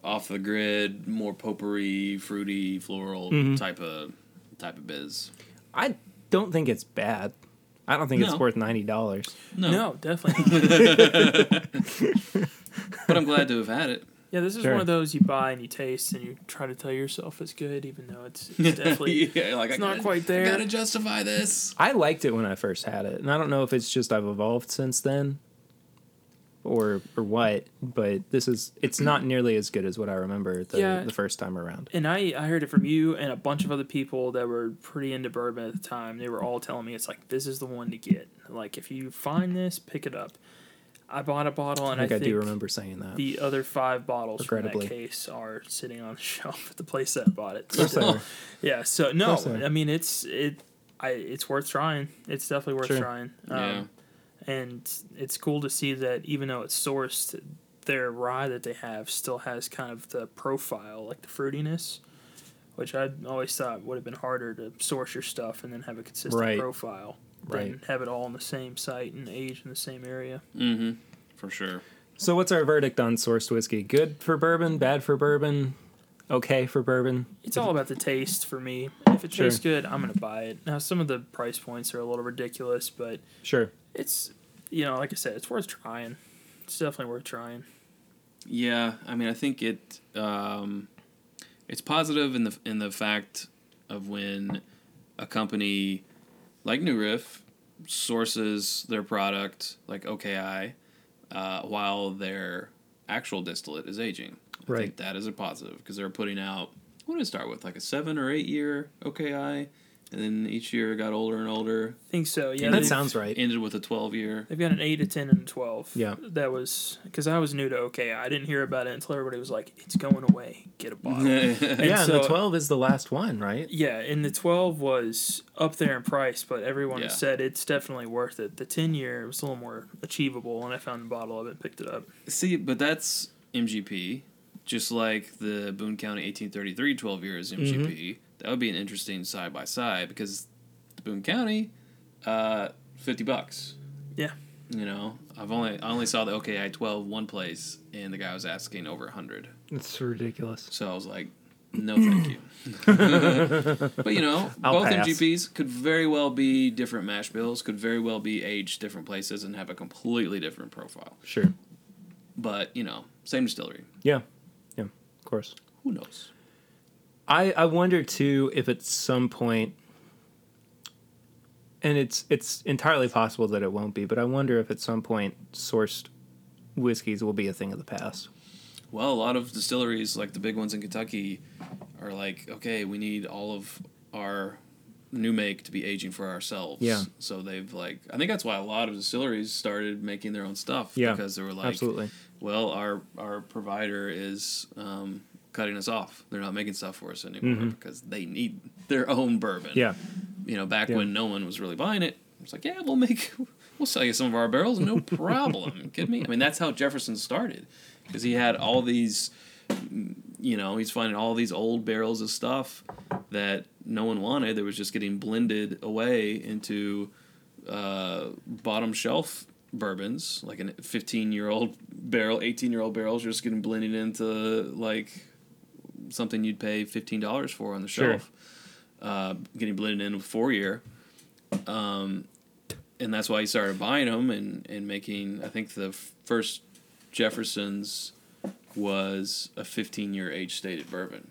off the grid, more potpourri, fruity, floral Mhm. type of type of biz. I don't think it's bad. I don't think No. it's worth ninety dollars. No, no definitely. but I'm glad to have had it. Yeah, this is Sure. one of those you buy and you taste and you try to tell yourself it's good, even though it's, it's definitely yeah, like it's I not gotta- quite I there. gotta justify this. I liked it when I first had it, and I don't know if it's just I've evolved since then, or or what. But this is it's not nearly as good as what I remember the, Yeah. the first time around. And I, I heard it from you and a bunch of other people that were pretty into bourbon at the time. They were all telling me it's like this is the one to get. Like if you find this, pick it up. I bought a bottle and I think I, think do remember saying that. the other five bottles from that Regrettably. case are sitting on the shelf at the place that I bought it. course they So, were. yeah, so no, course they were. I mean it's it I it's worth trying. It's definitely worth Sure. trying. Um, Yeah. and it's cool to see that even though it's sourced, their rye that they have still has kind of the profile, like the fruitiness, which I always thought would have been harder to source your stuff and then have a consistent Right. profile than Right. have it all on the same site and age in the same area. Mm-hmm. For sure. So what's our verdict on sourced whiskey? Good for bourbon, bad for bourbon, okay for bourbon. It's all about the taste for me. If it tastes good, I'm gonna buy it. Now some of the price points are a little ridiculous, but Sure. it's you know, like I said, it's worth trying. It's definitely worth trying. Yeah, I mean, I think it um, it's positive in the in the fact of when a company like New Riff sources their product like OKI uh, while their actual distillate is aging. I Right. think that is a positive because they're putting out what did it start with like a seven or eight year OKI, and then each year it got older and older. I think so. Yeah, that they- sounds right. It ended with a twelve year. They've got an eight, a ten, and a twelve. Yeah. that was because I was new to OK. I didn't hear about it until everybody was like, "It's going away. Get a bottle." yeah. And yeah, and so- the twelve is the last one, right? yeah, and the twelve was up there in price, but everyone Yeah. said it's definitely worth it. The ten year was a little more achievable, and I found a bottle of it, and picked it up. See, but that's MGP. Just like the Boone County 1833 12 year is MGP. Mm-hmm. That would be an interesting side by side because the Boone County, uh, 50 bucks. Yeah. You know, I've only I only saw the OKI 12 one place and the guy was asking over 100. It's ridiculous. So I was like, no, thank you. but you know, I'll both pass. MGPs could very well be different mash bills, could very well be aged different places and have a completely different profile. Sure. But, you know, same distillery. Yeah. Yeah. Of course. Who knows? I, I wonder too if at some point, and it's it's entirely possible that it won't be. But I wonder if at some point sourced whiskeys will be a thing of the past. Well, a lot of distilleries, like the big ones in Kentucky, are like, okay, we need all of our new make to be aging for ourselves. Yeah. So they've like, I think that's why a lot of distilleries started making their own stuff. Yeah, Because they were like, Absolutely. well, our our provider is um, cutting us off. They're not making stuff for us anymore Mm-hmm. because they need their own bourbon. Yeah. You know, back Yeah. when no one was really buying it, it's like, yeah, we'll make, we'll sell you some of our barrels, no problem. You Kidding me? I mean, that's how Jefferson started because he had all these, you know, he's finding all these old barrels of stuff that no one wanted that was just getting blended away into uh, bottom shelf bourbons, like a 15 year old barrel, 18 year old barrels, you're just getting blended into like something you'd pay $15 for on the Sure. shelf. Uh, getting blended in with four year. Um, and that's why he started buying them and, and making, I think the first Jefferson's was a 15 year age stated bourbon.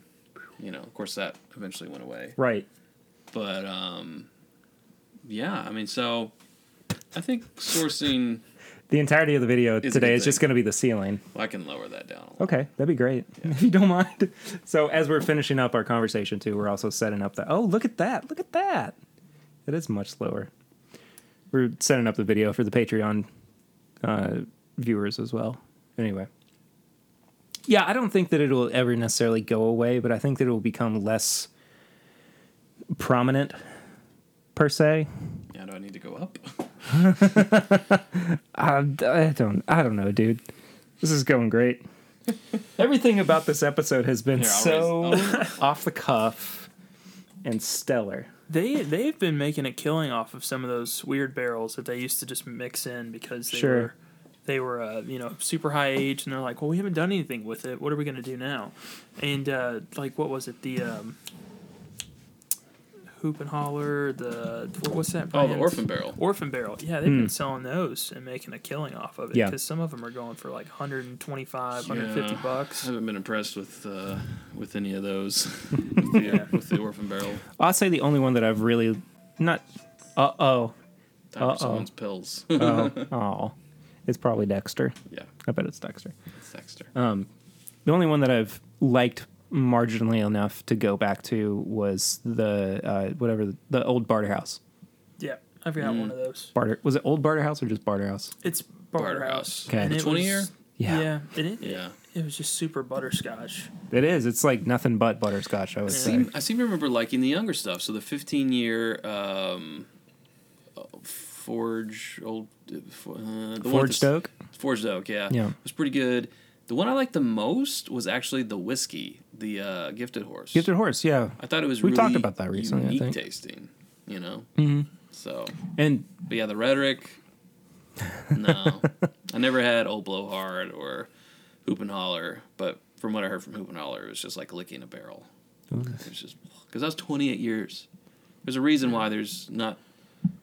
You know, of course, that eventually went away Right. but um yeah i mean so i think sourcing The entirety of the video It's a today good is just thing. going to be the ceiling. well, i can lower that down a little. Okay, that'd be great if you don't mind. So as we're finishing up our conversation too, we're also setting up the oh look at that, look at that. It is much lower. We're setting up the video for the Patreon uh, viewers as well. Anyway, yeah, I don't think that it'll ever necessarily go away, but I think that it will become less prominent per se. now do i need to go up I, I don't I don't know, dude. This is going great. Everything about this episode has been Here, I'll so raise- off the cuff and stellar. They they've been making a killing off of some of those weird barrels that they used to just mix in because they Sure. were they were uh, you know super high age and they're like, well, we haven't done anything with it. What are we gonna do now? And uh, like, what was it? The um, Hoop and Holler. The what, what's oh that? Brand? the orphan barrel Orphan Barrel. Yeah, they've been selling those and making a killing off of it Hmm. Yeah. because some of them are going for like 125, Yeah. 150 i bucks. haven't been impressed with uh with any of those with, the, with the orphan barrel I'll say the only one that I've really not uh oh Time for Uh-oh. someone's pills oh it's probably Dexter. yeah I bet it's Dexter. Um, it's dexter The only one that I've liked marginally enough to go back to was the uh, whatever the, the old barter house. Yeah, I've got one Mm. of those. Barter was it old barter house or just barter house? It's Barter, Barter House. House. Okay. And The it 20 was- year? Yeah. Yeah. And it, yeah It was just super butterscotch. It is. It's like nothing but butterscotch. I would say. seem, I seem to remember liking the younger stuff. So the 15 year um, uh, Forge Old uh, f- uh, the one with Forged the s- Oak? Forged Oak, yeah, Yeah. it was pretty good. The one I liked the most was actually the whiskey, the uh, Gifted Horse. Gifted horse, yeah. I thought it was We really talked about that recently, I Unique think. tasting, you know. Mhm. So, And but yeah, the rhetoric. No, I never had Old Blowhard or Hoop and Holler, but from what I heard from Hoop and Holler, it was just like licking a barrel. It was just because that was 28 years. There's a reason why there's not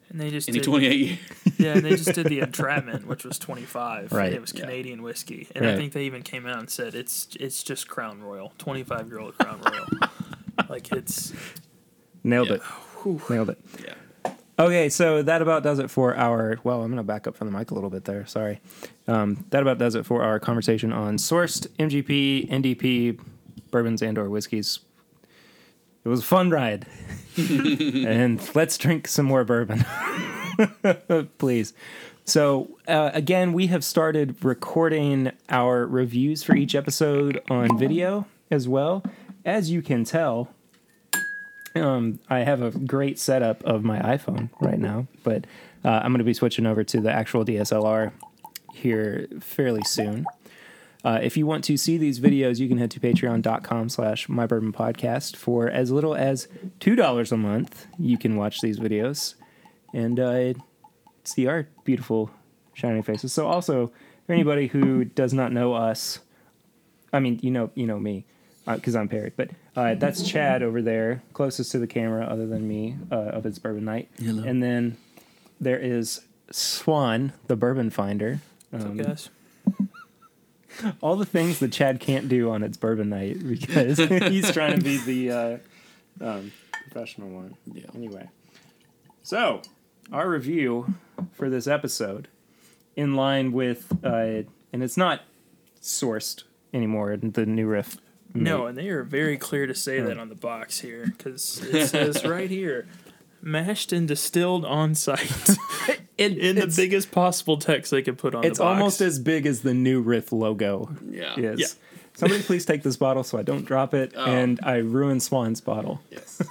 And they just any did, 28 years. yeah, and they just did the entrapment, which was twenty five. Right. And it was Yeah. Canadian whiskey, and I Right. think they even came out and said it's it's just Crown Royal, twenty five year old Crown Royal. Like it's nailed Yeah. it. Nailed it. Yeah. Okay, so that about does it for our. Well, I'm going to back up from the mic a little bit there. Sorry. Um, that about does it for our conversation on sourced MGP, NDP, bourbons and/or whiskeys. It was a fun ride, and let's drink some more bourbon, please. So uh, again, we have started recording our reviews for each episode on video as well. As you can tell, um, I have a great setup of my iPhone right now, but uh, I'm going to be switching over to the actual DSLR here fairly soon. Uh, if you want to see these videos, you can head to patreon.com slash mybourbonpodcast. For as little as $2 a month, you can watch these videos and uh, see our beautiful, shiny faces. So also, for anybody who does not know us, I mean, you know, you know me, because I'm paired. But uh, that's Chad over there, closest to the camera, other than me, uh, of its Bourbon Night. Hello. And then there is Swan, the Bourbon Finder. what's up, Um, guys. all the things that Chad can't do on its Bourbon Night because he's trying to be the uh, um, professional one. Yeah. Anyway, so our review for this episode, in line with, uh, and it's not sourced anymore. The new riff. No, and they are very clear to say that on the box here because it says right here, mashed and distilled on site It, in the biggest possible text they could put on. It's the box. Oh. almost as big as the new riff logo Yeah. is. Yeah. Somebody please take this bottle so I don't drop it Oh. and I ruin Swan's bottle. Yes.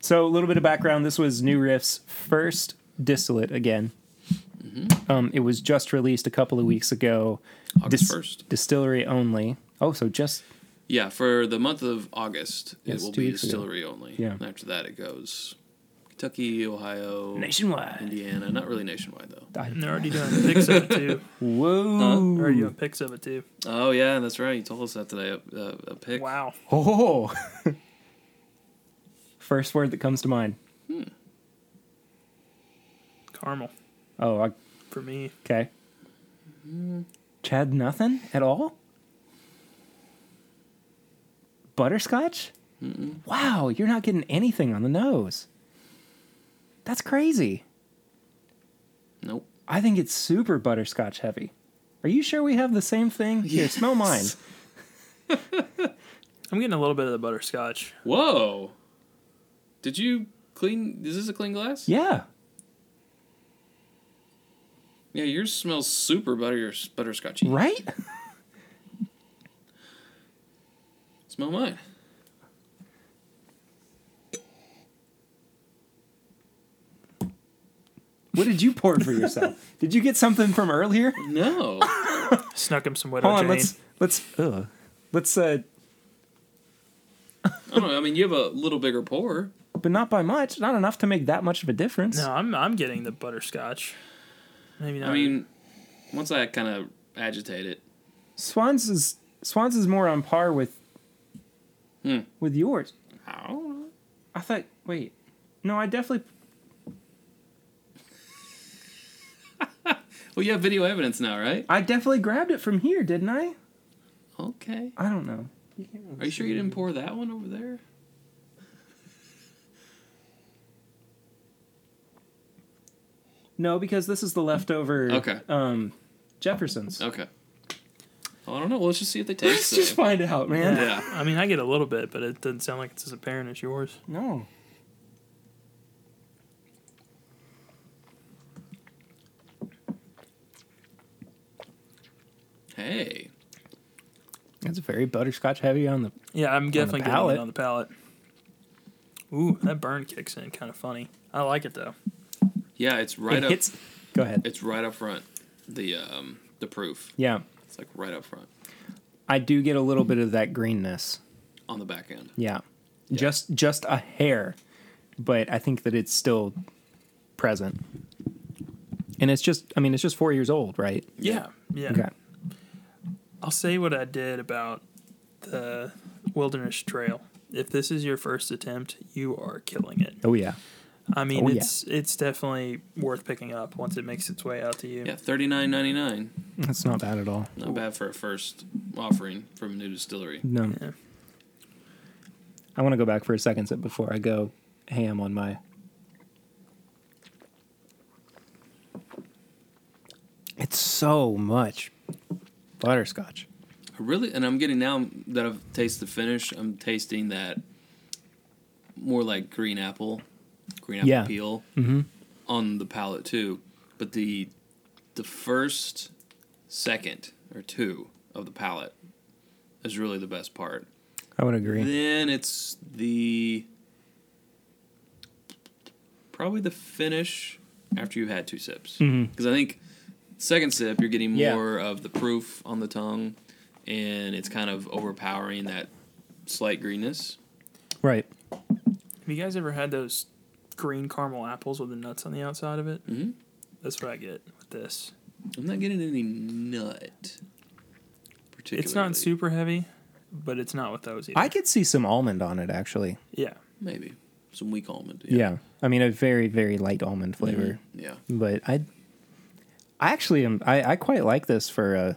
So a little bit of background. This was New Riff's first distillate again. Mm-hmm. Um, it was just released a couple of weeks ago. August 1st. Distillery only. Oh, so just Yeah, for the month of August, Yes, it will two be weeks ago. distillery only. Yeah. And after that, it goes Kentucky, Ohio, nationwide. Indiana. Not really nationwide, though. And they're already doing pics of it too. Whoa. They're already doing pics of it too. Oh, yeah, that's right. You told us that today. A, a, a pic. Wow. Oh. first word that comes to mind. Caramel Oh, I- for me. okay. Chad, nothing at all? Butterscotch? Wow, you're not getting anything on the nose. That's crazy. Nope. I think it's super butterscotch heavy. Are you sure we have the same thing? Here, smell mine. I'm getting a little bit of the butterscotch. Whoa. Did you clean? Is this a clean glass? Yeah. Yeah, yours smells super butter, butterscotchy. Right? Smell mine. What did you pour for yourself? did you get something from earlier? No. Snuck him some Widow Hold on, Jane. let's let's ugh. let's uh I don't know. I mean, you have a little bigger pour. but not by much, not enough to make that much of a difference. No, I'm I'm getting the butterscotch. Maybe not. I mean, once I kind of agitate it, Swans is Swans is more on par with Hmm. with yours. I don't know. I thought wait. No, I definitely Well, you have video evidence now, right? I definitely grabbed it from here, didn't I? Okay. I don't know. Are you sure you didn't pour that one over there? No, because this is the leftover Okay. um Jefferson's. Okay. Well, I don't know. Well, let's just see if they Let's taste just it. find out, man. Yeah. I mean, I get a little bit, but it doesn't sound like it's as apparent as yours. No. Hey. It's very butterscotch heavy on the Yeah, I'm definitely getting palate. it on the palate. Ooh, that burn kicks in, kind of funny. I like it though. Yeah, it's right it up. hits Go ahead. It's right up front. The um the proof. Yeah. It's like right up front I do get a little bit of that greenness. on the back end. Yeah. Just just a hair. But I think that it's still present. And it's just I mean, it's just four years old, right? Yeah, yeah. Okay. I'll say what I did about the Wilderness Trail. If this is your first attempt, you are killing it. Oh yeah. I mean, Oh, yeah. it's it's definitely worth picking up once it makes its way out to you. Yeah, thirty nine ninety nine. That's not bad at all. Not bad for a first offering from a new distillery. No. Yeah. I want to go back for a second sip before I go ham on my It's so much butterscotch. I really, and I'm getting now that I've tasted the finish. I'm tasting that more like green apple, green apple Yeah. peel Mhm. on the palate too. But the the first, second, or two of the palate is really the best part. I would agree. Then it's the probably the finish after you've had two sips. Because Mhm. I think second sip you're getting Yeah. more of the proof on the tongue, and it's kind of overpowering that slight greenness. Right. Have you guys ever had those green caramel apples with the nuts on the outside of it? Mhm. That's what I get with this. I'm not getting any nut. Particularly, It's not super heavy, but it's not with those either. I could see some almond on it actually. yeah. Maybe some weak almond. Yeah. I mean a very very light almond flavor. Yeah. but I, I actually uh, am. I, I quite like this for a,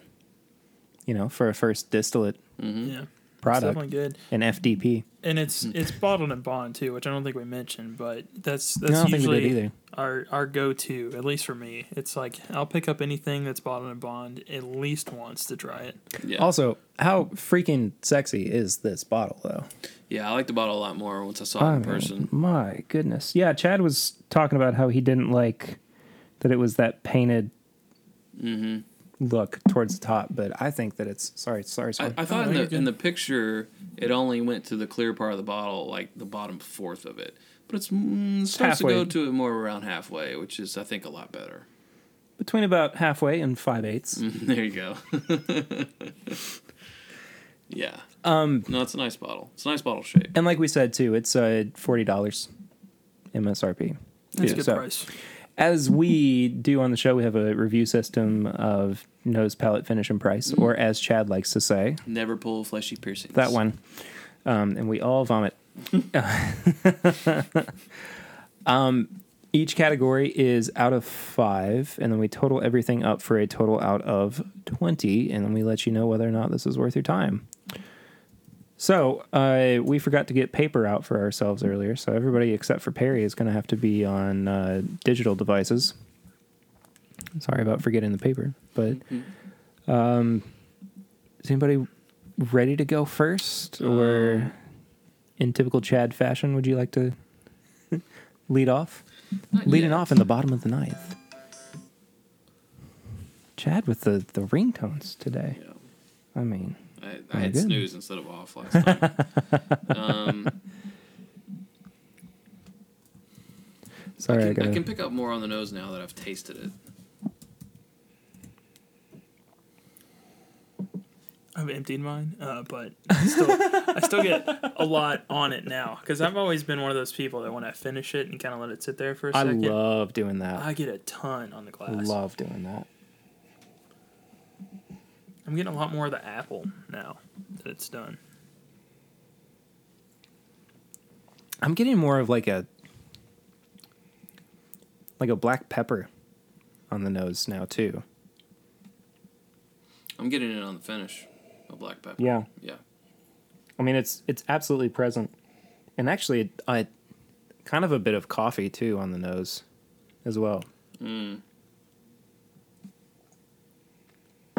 you know, for a first distillate. Yeah. It's product definitely good. an FDP. And it's it's bottled in bond too, which I don't think we mentioned, but that's that's I don't think we usually did either. our our go to, at least for me. It's like I'll pick up anything that's bottled in bond at least once to try it. Yeah. Also, how freaking sexy is this bottle though? yeah, I like the bottle a lot more once I saw it I in mean, person. My goodness. Yeah, Chad was talking about how he didn't like that it was that painted look towards the top, but I think that it's sorry, sorry, I, sorry. I thought Oh, in there you the go. in the picture it only went to the clear part of the bottle, like the bottom fourth of it. But it's mm, starts Halfway. to go to it more around halfway, which is I think a lot better. Between about halfway and five eighths. there you go. yeah. Um, No, it's a nice bottle. It's a nice bottle shape. and like we said too, it's uh forty dollars MSRP. That's Yeah. a good So- price. As we do on the show, we have a review system of nose, palette, finish, and price, or as Chad likes to say, Never pull fleshy piercings. that one. Um, and we all vomit. um, Um, each category is out of five, and then we total everything up for a total out of 20, and then we let you know whether or not this is worth your time. So, uh, we forgot to get paper out for ourselves earlier, so everybody except for Perry is going to have to be on uh, digital devices. Sorry about forgetting the paper, but Hmm. um, is anybody ready to go first, or in typical Chad fashion, would you like to lead off? Not Leading yet. off in the bottom of the ninth. Chad with the, the ringtones today. Yeah. I mean, I, I My had goodness. snooze instead of off last time. um, sorry, I, I, can, I gotta. can pick up more on the nose now that I've tasted it. I've emptied mine, uh, but I still, I still get a lot on it now because I've always been one of those people that when I finish it and kind of let it sit there for a I second, love doing that. I get a ton on the I glass. love doing that. I'm getting a lot more of the apple now that it's done. I'm getting more of like a like a black pepper on the nose now too. I'm getting it on the finish. A black pepper. Yeah. Yeah. I mean, it's it's absolutely present, and actually, I kind of a bit of coffee too on the nose, as well. Hmm.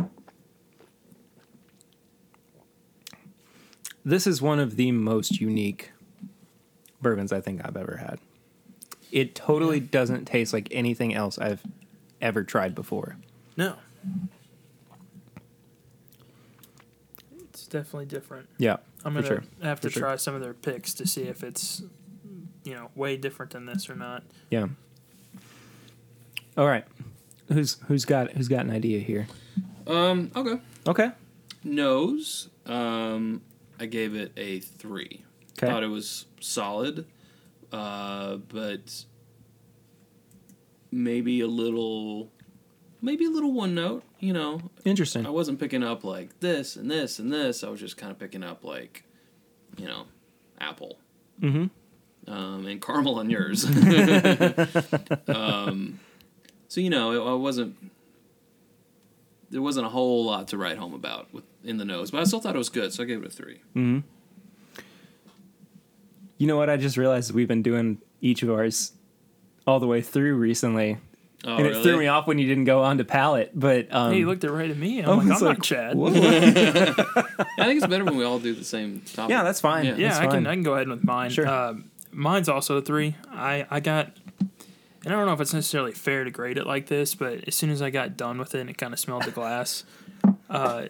Mm. This is one of the most unique bourbons I think I've ever had. It totally doesn't taste like anything else I've ever tried before. No, it's definitely different. Yeah, I'm For gonna sure. have to For sure. try some of their picks to see if it's, you know, way different than this or not. yeah. All right, who's who's got who's got an idea here? Um, I'll go. Okay, Nose. Um, I gave it a three. okay, Thought it was solid, uh, but maybe a little, maybe a little one note. You know, I interesting. wasn't picking up like this and this and this. I was just kind of picking up like, you know, apple Mm-hmm. um, and caramel on yours. um, so you know, it, I wasn't. There wasn't a whole lot to write home about with, in the nose, but I still thought it was good, so I gave it a three. hmm You know what? I just realized we've been doing each of ours all the way through recently, Oh, and it threw me off when you didn't go on to palette. But um, hey, you looked it right at me. I I'm like, I'm was not Chad. "Whoa." I think it's better when we all do the same topic. yeah, that's fine. Yeah. yeah, That's I can fine. I can go ahead with mine. Sure. Um, mine's also a three. I I got, and I don't know if it's necessarily fair to grade it like this, but as soon as I got done with it, and it kind of smelled the glass. Uh,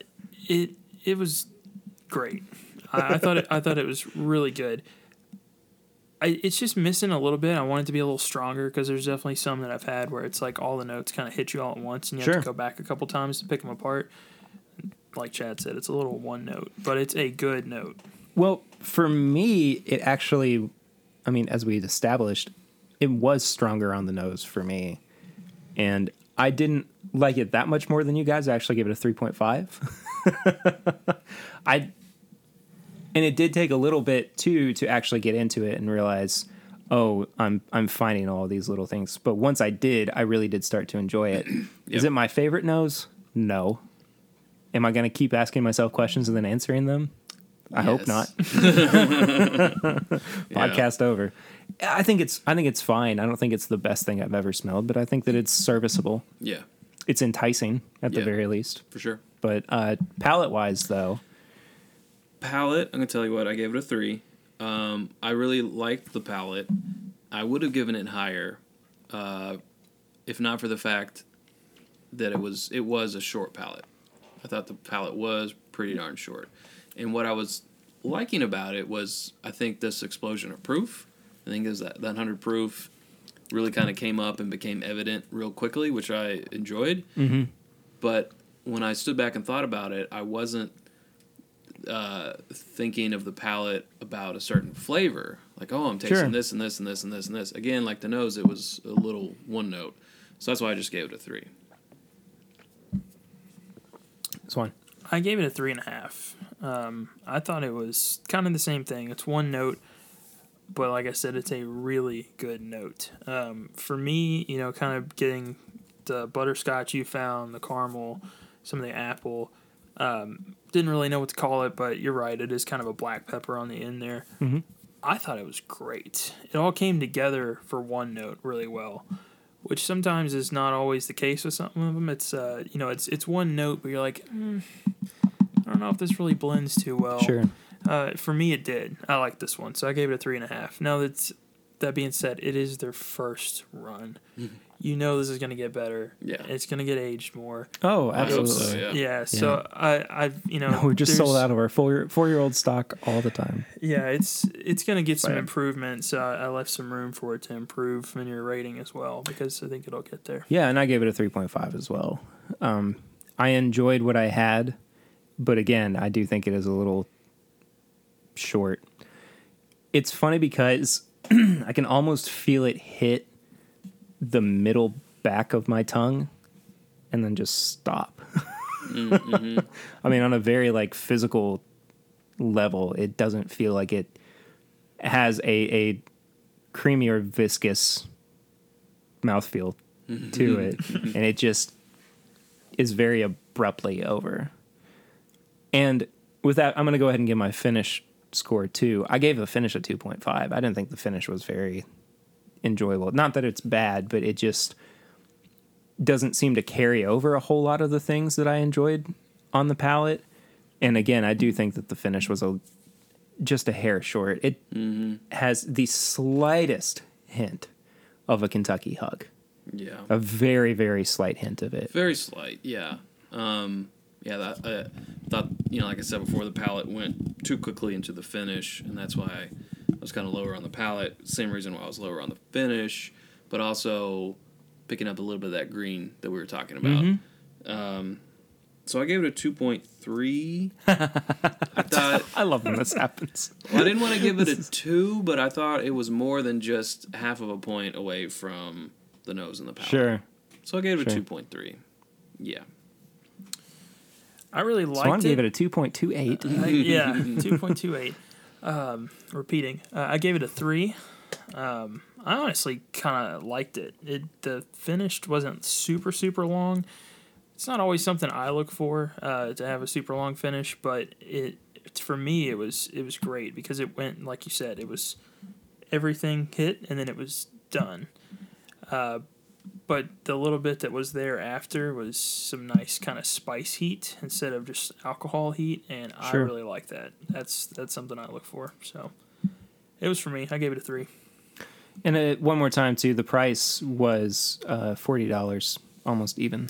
it it was great. I, I thought it, I thought it was really good. I, it's just missing a little bit. I want it to be a little stronger because there's definitely some that I've had where it's like all the notes kind of hit you all at once, and you Sure. have to go back a couple times to pick them apart. Like Chad said, it's a little one note, but it's a good note. Well, for me, it actually, I mean, as we established, it was stronger on the nose for me, and I didn't like it that much more than you guys. I actually gave it a three point five. I, and it did take a little bit too to actually get into it and realize, oh, I'm I'm finding all these little things. But once I did, I really did start to enjoy it. Is Yeah. it my favorite nose? No. Am I going to keep asking myself questions and then answering them? I hope not. Podcast over. I think it's I think it's fine. I don't think it's the best thing I've ever smelled, but I think that it's serviceable. Yeah, It's enticing at the Yeah. very least. for sure. But uh, palate wise, though, palette i'm gonna tell you what i gave it a three um, i really liked the palette i would have given it higher uh, if not for the fact that it was it was a short palette i thought the palette was pretty darn short and what i was liking about it was i think this explosion of proof i think is that, that 100 proof really kind of came up and became evident real quickly which i enjoyed but when i stood back and thought about it i wasn't uh, thinking of the palate about a certain flavor. Like, oh, I'm tasting Sure. this and this and this and this and this. Again, like the nose, it was a little one note. So that's why I just gave it a three. Swan. I gave it a three and a half. Um, I thought it was kind of the same thing. It's one note, but like I said, it's a really good note. Um, for me, you know, kind of getting the butterscotch you found, the caramel, some of the apple. Um, didn't really know what to call it, but you're right. It is kind of a black pepper on the end there. Mhm. I thought it was great. It all came together for one note really well which sometimes is not always the case with some of them. It's uh, you know, it's it's one note, but you're like, mm, I don't know if this really blends too well. Sure. Uh, for me, it did. I like this one, so I gave it a three and a half. Now that's that being said, it is their first run. Mm-hmm. you know, this is gonna get better. Yeah. it's gonna get aged more. Oh, I hope absolutely. so, yeah. Yeah. so I I've you know We're just sold there's- out of our four year, four year old stock all the time. yeah, it's it's gonna get some Right. improvement. So I, I left some room for it to improve in your rating as well because I think it'll get there. Yeah, and I gave it a 3.5 as well. Um, I enjoyed what I had, but again, I do think it is a little short. It's funny because I can almost feel it hit the middle back of my tongue and then just stop. I mean, on a very like physical level, it doesn't feel like it has a a creamy or viscous mouthfeel to it, and it just is very abruptly over. And with that, I'm going to go ahead and give my finish score too. I gave the finish a 2.5. I didn't think the finish was very enjoyable. Not that it's bad, but it just doesn't seem to carry over a whole lot of the things that I enjoyed on the palette. And again, I do think that the finish was a just a hair short. It has the slightest hint of a Kentucky hug. Yeah. A very very slight hint of it. Very slight. Yeah. Um, yeah. That, I thought, you know, like I said before, the palette went too quickly into the finish. And that's why I was kind of lower on the palette. Same reason why I was lower on the finish, but also picking up a little bit of that green that we were talking about. Mm-hmm. Um, so I gave it a 2.3. I thought. I love when this happens. Well, I didn't want to give it a two, but I thought it was more than just half of a point away from the nose and the palate. Sure. So I gave it Sure. a 2.3. Yeah. I really liked Swan it. gave it a 2.28. I- yeah, 2.28. Um, repeating, uh, I gave it a three. Um, I honestly kind of liked it. It the finished wasn't super super long. It's not always something I look for uh, to have a super long finish, but it it's- for me it was it was great because it went like you said it was everything hit and then it was done. Uh, but the little bit that was there after was some nice kind of spice heat instead of just alcohol heat, and I Sure. really like that. That's that's something I look for. So it was for me. I gave it a three. and uh, one more time too, the price was uh, $40, almost even.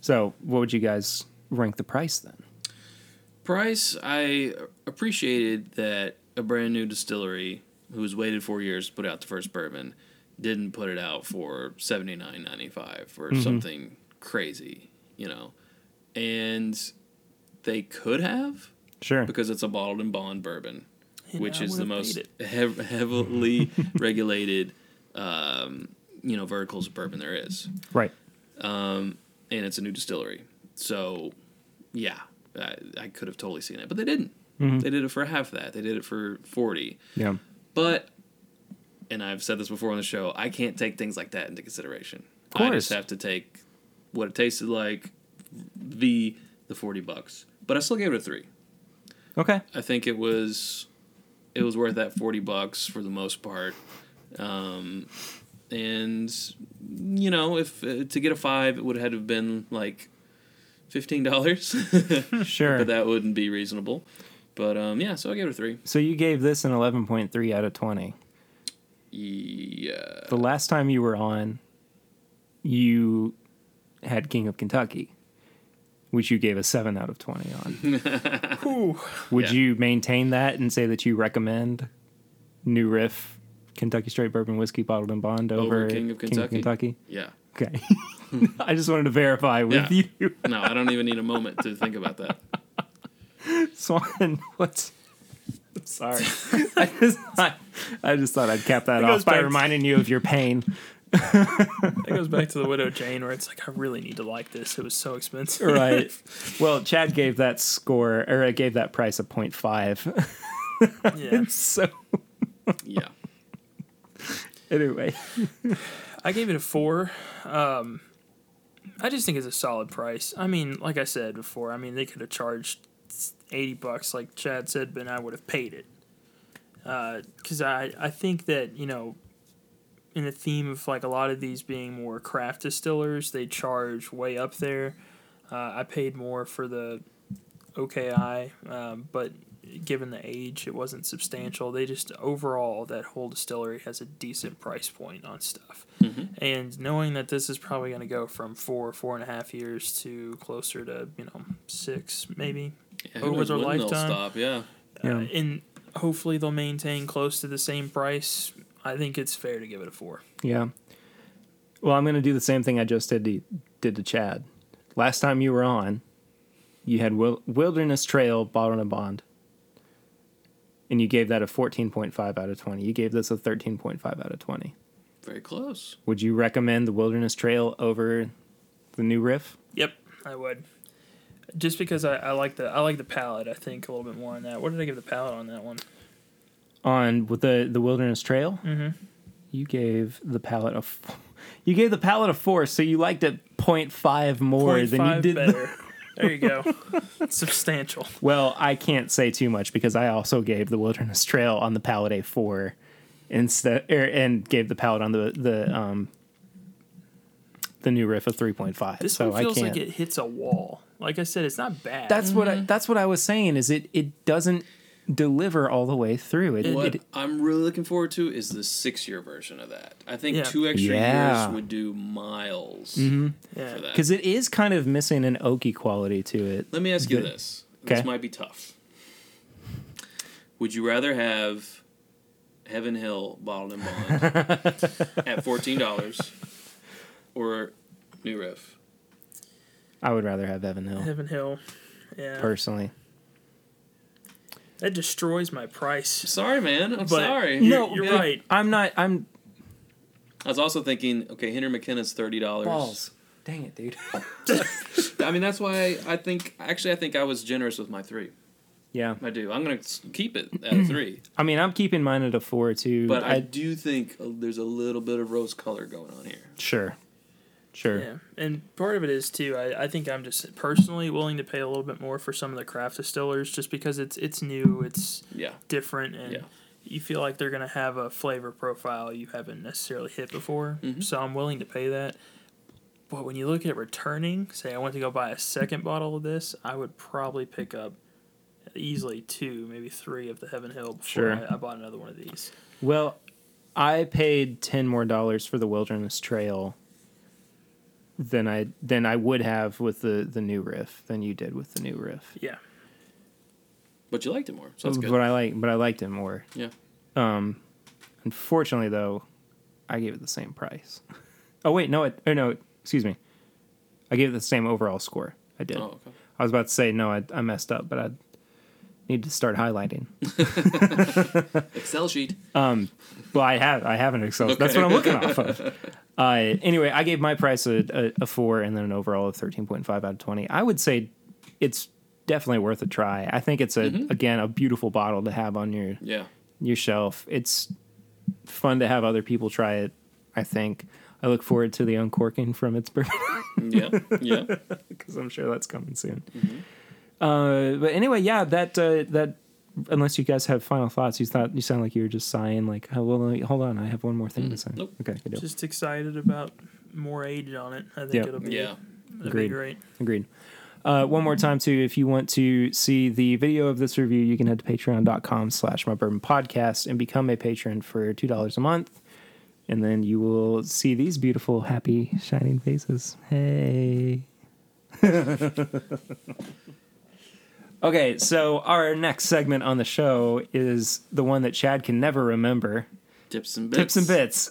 So, what would you guys rank the price then? Price, I appreciated that a brand new distillery who's waited four years to put out the first bourbon didn't put it out for seventy nine ninety five or something crazy, you know. And they could have, Sure. because it's a bottled and bond bourbon, And which I is the would've most paid hev- heavily regulated, um, you know, verticals of bourbon there is, Right. and it's a new distillery. So, yeah, I, I could have totally seen it, but they didn't. Mm-hmm. They did it for half that. They did it for forty. Yeah. But, and I've said this before on the show, I can't take things like that into consideration. Of I just course. have to take what it tasted like, the the forty bucks. But I still gave it a three. Okay. I think it was it was worth that forty bucks for the most part. Um, and you know, if uh, to get a five, it would have been like fifteen dollars, Sure. but that wouldn't be reasonable. But um, yeah, so I gave it a three. so you gave this an 11.3 out of 20. Yeah, The last time you were on, you had King of Kentucky, which you gave a 7 out of 20 on. Ooh. Would Yeah. you maintain that and say that you recommend New Riff Kentucky Straight Bourbon Whiskey Bottled in Bond over, King of Kentucky? Hmm. yeah. Okay. I just wanted to verify with Yeah. you. No, I don't even need a moment to think about that. Swan, what's. I'm Sorry, I just, I, I just thought I'd cap that It off goes by back- reminding you of your pain. That goes back to the Widow Jane, where it's like, I really need to like this. It was so expensive. right. Well, Chad gave that score or I gave that price a 0.5. yeah. so Yeah. anyway, I gave it a four. Um, I just think it's a solid price. I mean, like I said before, I mean they could have charged eighty bucks, like Chad said, but I would have paid it. Because I I think that you know, in the theme of like a lot of these being more craft distillers, they charge way up there. Uh, I paid more for the OKI, um, but given the age, it wasn't substantial. They just overall that whole distillery has a decent price point on stuff Mm-hmm. and knowing that this is probably going to go from four four and a half years to closer to you know six maybe yeah who Over knows their when they'll lifetime? Stop. Yeah. Yeah. uh, and hopefully they'll maintain close to the same price i think it's fair to give it a four yeah. Well, I'm going to do the same thing I just did to, did to Chad. Last time you were on, you had Wil- Wilderness Trail Bottle and Bond. And you gave that a 14.5 out of 20. You gave this a 13.5 out of 20. Very close. Would you recommend the Wilderness Trail over the new riff? yep i would just because I, I like the I like the palette, I think a little bit more on that. What did I give the palette on that one? on with the the wilderness trail Mhm. you gave the palette a f- you gave the palette a four so you liked it 0.5 more than you 0.5 did the- better. there you go. Substantial. well i can't say too much because i also gave the wilderness trail on the palette a four instead er, and gave the palette on the the um the new riff a 3.5 This so one feels i can't like it Mm-hmm. hits a wall. Like I said, it's not bad. that's what i that's what i was saying is it it doesn't deliver all the way through it, What it I'm really looking forward to is the six year version of that. I think Yeah. Mm-hmm. two extra Yeah. years would do miles yeah. for that. because it is kind of missing an oaky quality to it Let me ask you Good. this. Okay. This might be tough. Would you rather have Heaven Hill bottled in bond at fourteen dollars or New Riff? i would rather have evan hill Heaven Hill. Yeah. personally. That destroys my price. Sorry, man. I'm But sorry. you're- No, you're yeah. right. I'm not. I'm I was also thinking, okay, Henry McKenna's thirty dollars. Dang it, dude. I mean, that's why I think. Actually, I think I was generous with my three. yeah, I do. I'm gonna s- keep it at a three, I mean, I'm keeping mine at a four too. but I, I- do think uh, there's a little bit of rose color going on here. sure, sure. Yeah. And part of it is too, I, I think I'm just personally willing to pay a little bit more for some of the craft distillers just because it's it's new, it's Yeah. different and Yeah. you feel like they're gonna have a flavor profile you haven't necessarily hit before. So I'm willing to pay that. But when you look at returning, say I went to go buy a second bottle of this, I would probably pick up easily two, maybe three of the Heaven Hill before Sure. I, I bought another one of these. Well, I paid ten more dollars for the Wilderness Trail than I than I would have with the the new riff than you did with the new riff. Yeah. But you liked it more, so that's good. But I like, but I liked it more. Yeah. Um, unfortunately, though, I gave it the same price. Oh wait, no, it, or no, excuse me. I gave it the same overall score. I did. Oh, okay. I was about to say no, I, I messed up, but I need to start highlighting. Excel sheet. well, I have I have an Excel. That's what I'm looking off of. Uh, anyway, I gave my price a, a, a four and then an overall of 13.5 out of 20. I would say it's definitely worth a try. I think it's a Mm-hmm. again a beautiful bottle to have on your Yeah. your shelf. It's fun to have other people try it. I think I look forward to the uncorking from its bourbon Yeah. Yeah. because I'm sure that's coming soon. Uh, but anyway, yeah, that uh, that unless you guys have final thoughts, you thought you sound like you were just sighing. Like, oh, well, wait, hold on, I have one more thing to say. Nope. Okay, good deal. Just excited about more age on it. I think Yeah. it'll be Yeah. it'll be Agreed. great. Agreed. Uh, one more time too, if you want to see the video of this review, you can head to patreon.com slash my bourbon podcast and become a patron for two dollars a month. And then you will see these beautiful, happy, shining faces. Hey. okay, so our next segment on the show is the one that Chad can never remember. Tips and bits. Tips and bits.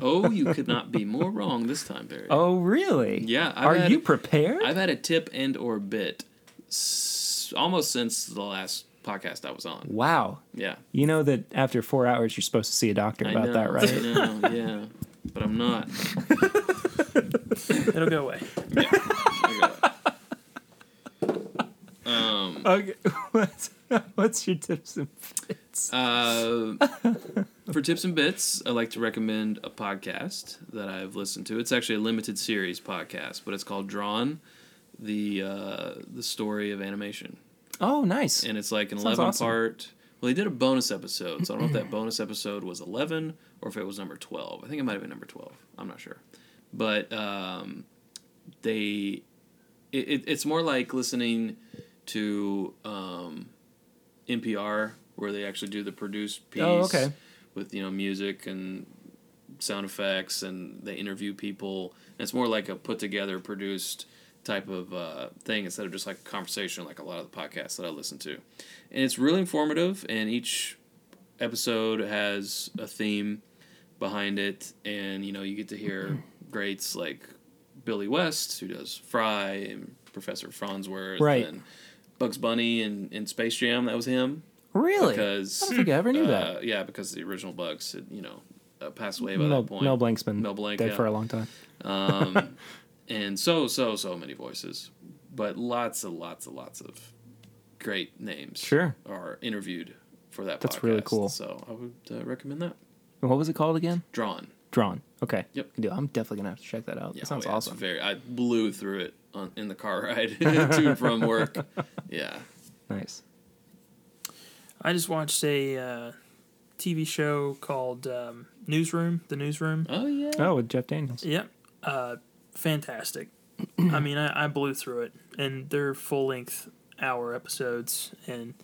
oh, you could not be more wrong this time, Barry. Oh, really? Yeah, I've Are had- you prepared? I've had a tip and or bit s- almost since the last podcast I was on. wow. Yeah. You know that after four hours, you're supposed to see a doctor I about know, that, I right? know, yeah. But I'm not. It'll go away. I got it. um, okay. What's, what's your tips and bits? uh, for tips and bits, I like to recommend a podcast that I've listened to. It's actually a limited series podcast, but it's called Drawn, the uh, the story of animation. Oh, nice. and it's like an Sounds 11 awesome. part well he did a bonus episode so i don't know if that bonus episode was 11 or if it was number 12 i think it might have been number 12 i'm not sure but um, they it, it, it's more like listening to um, npr where they actually do the produced piece Oh, okay. with you know music and sound effects and they interview people and it's more like a put together produced type of uh, thing instead of just like a conversation like a lot of the podcasts that i listen to and it's really informative and each episode has a theme behind it and you know you get to hear greats like billy west who does fry and professor Fronsworth Right. and bugs bunny and, and space jam that was him really? because I don't think I ever knew uh, that. Yeah, because the original Bucks had, you know, uh, passed away by Mel, that point. Mel Blanc's been Mel Blanc, dead yeah. for a long time. um, and so, so, so many voices. But lots and lots and lots of great names Sure. are interviewed for that That's really podcast. cool. So I would uh, recommend that. And What was it called again? Drawn. Drawn. Okay. Yep. Good deal. I'm definitely going to have to check that out. Yeah, that sounds oh yeah, it's awesome. Very, I blew through it on, in the car ride to and from work. Yeah. Nice. I just watched a uh, TV show called um, Newsroom, The Newsroom. Oh yeah. Oh, with Jeff Daniels. Yep. Uh, fantastic. I mean, I, I blew through it, and they're full length hour episodes, and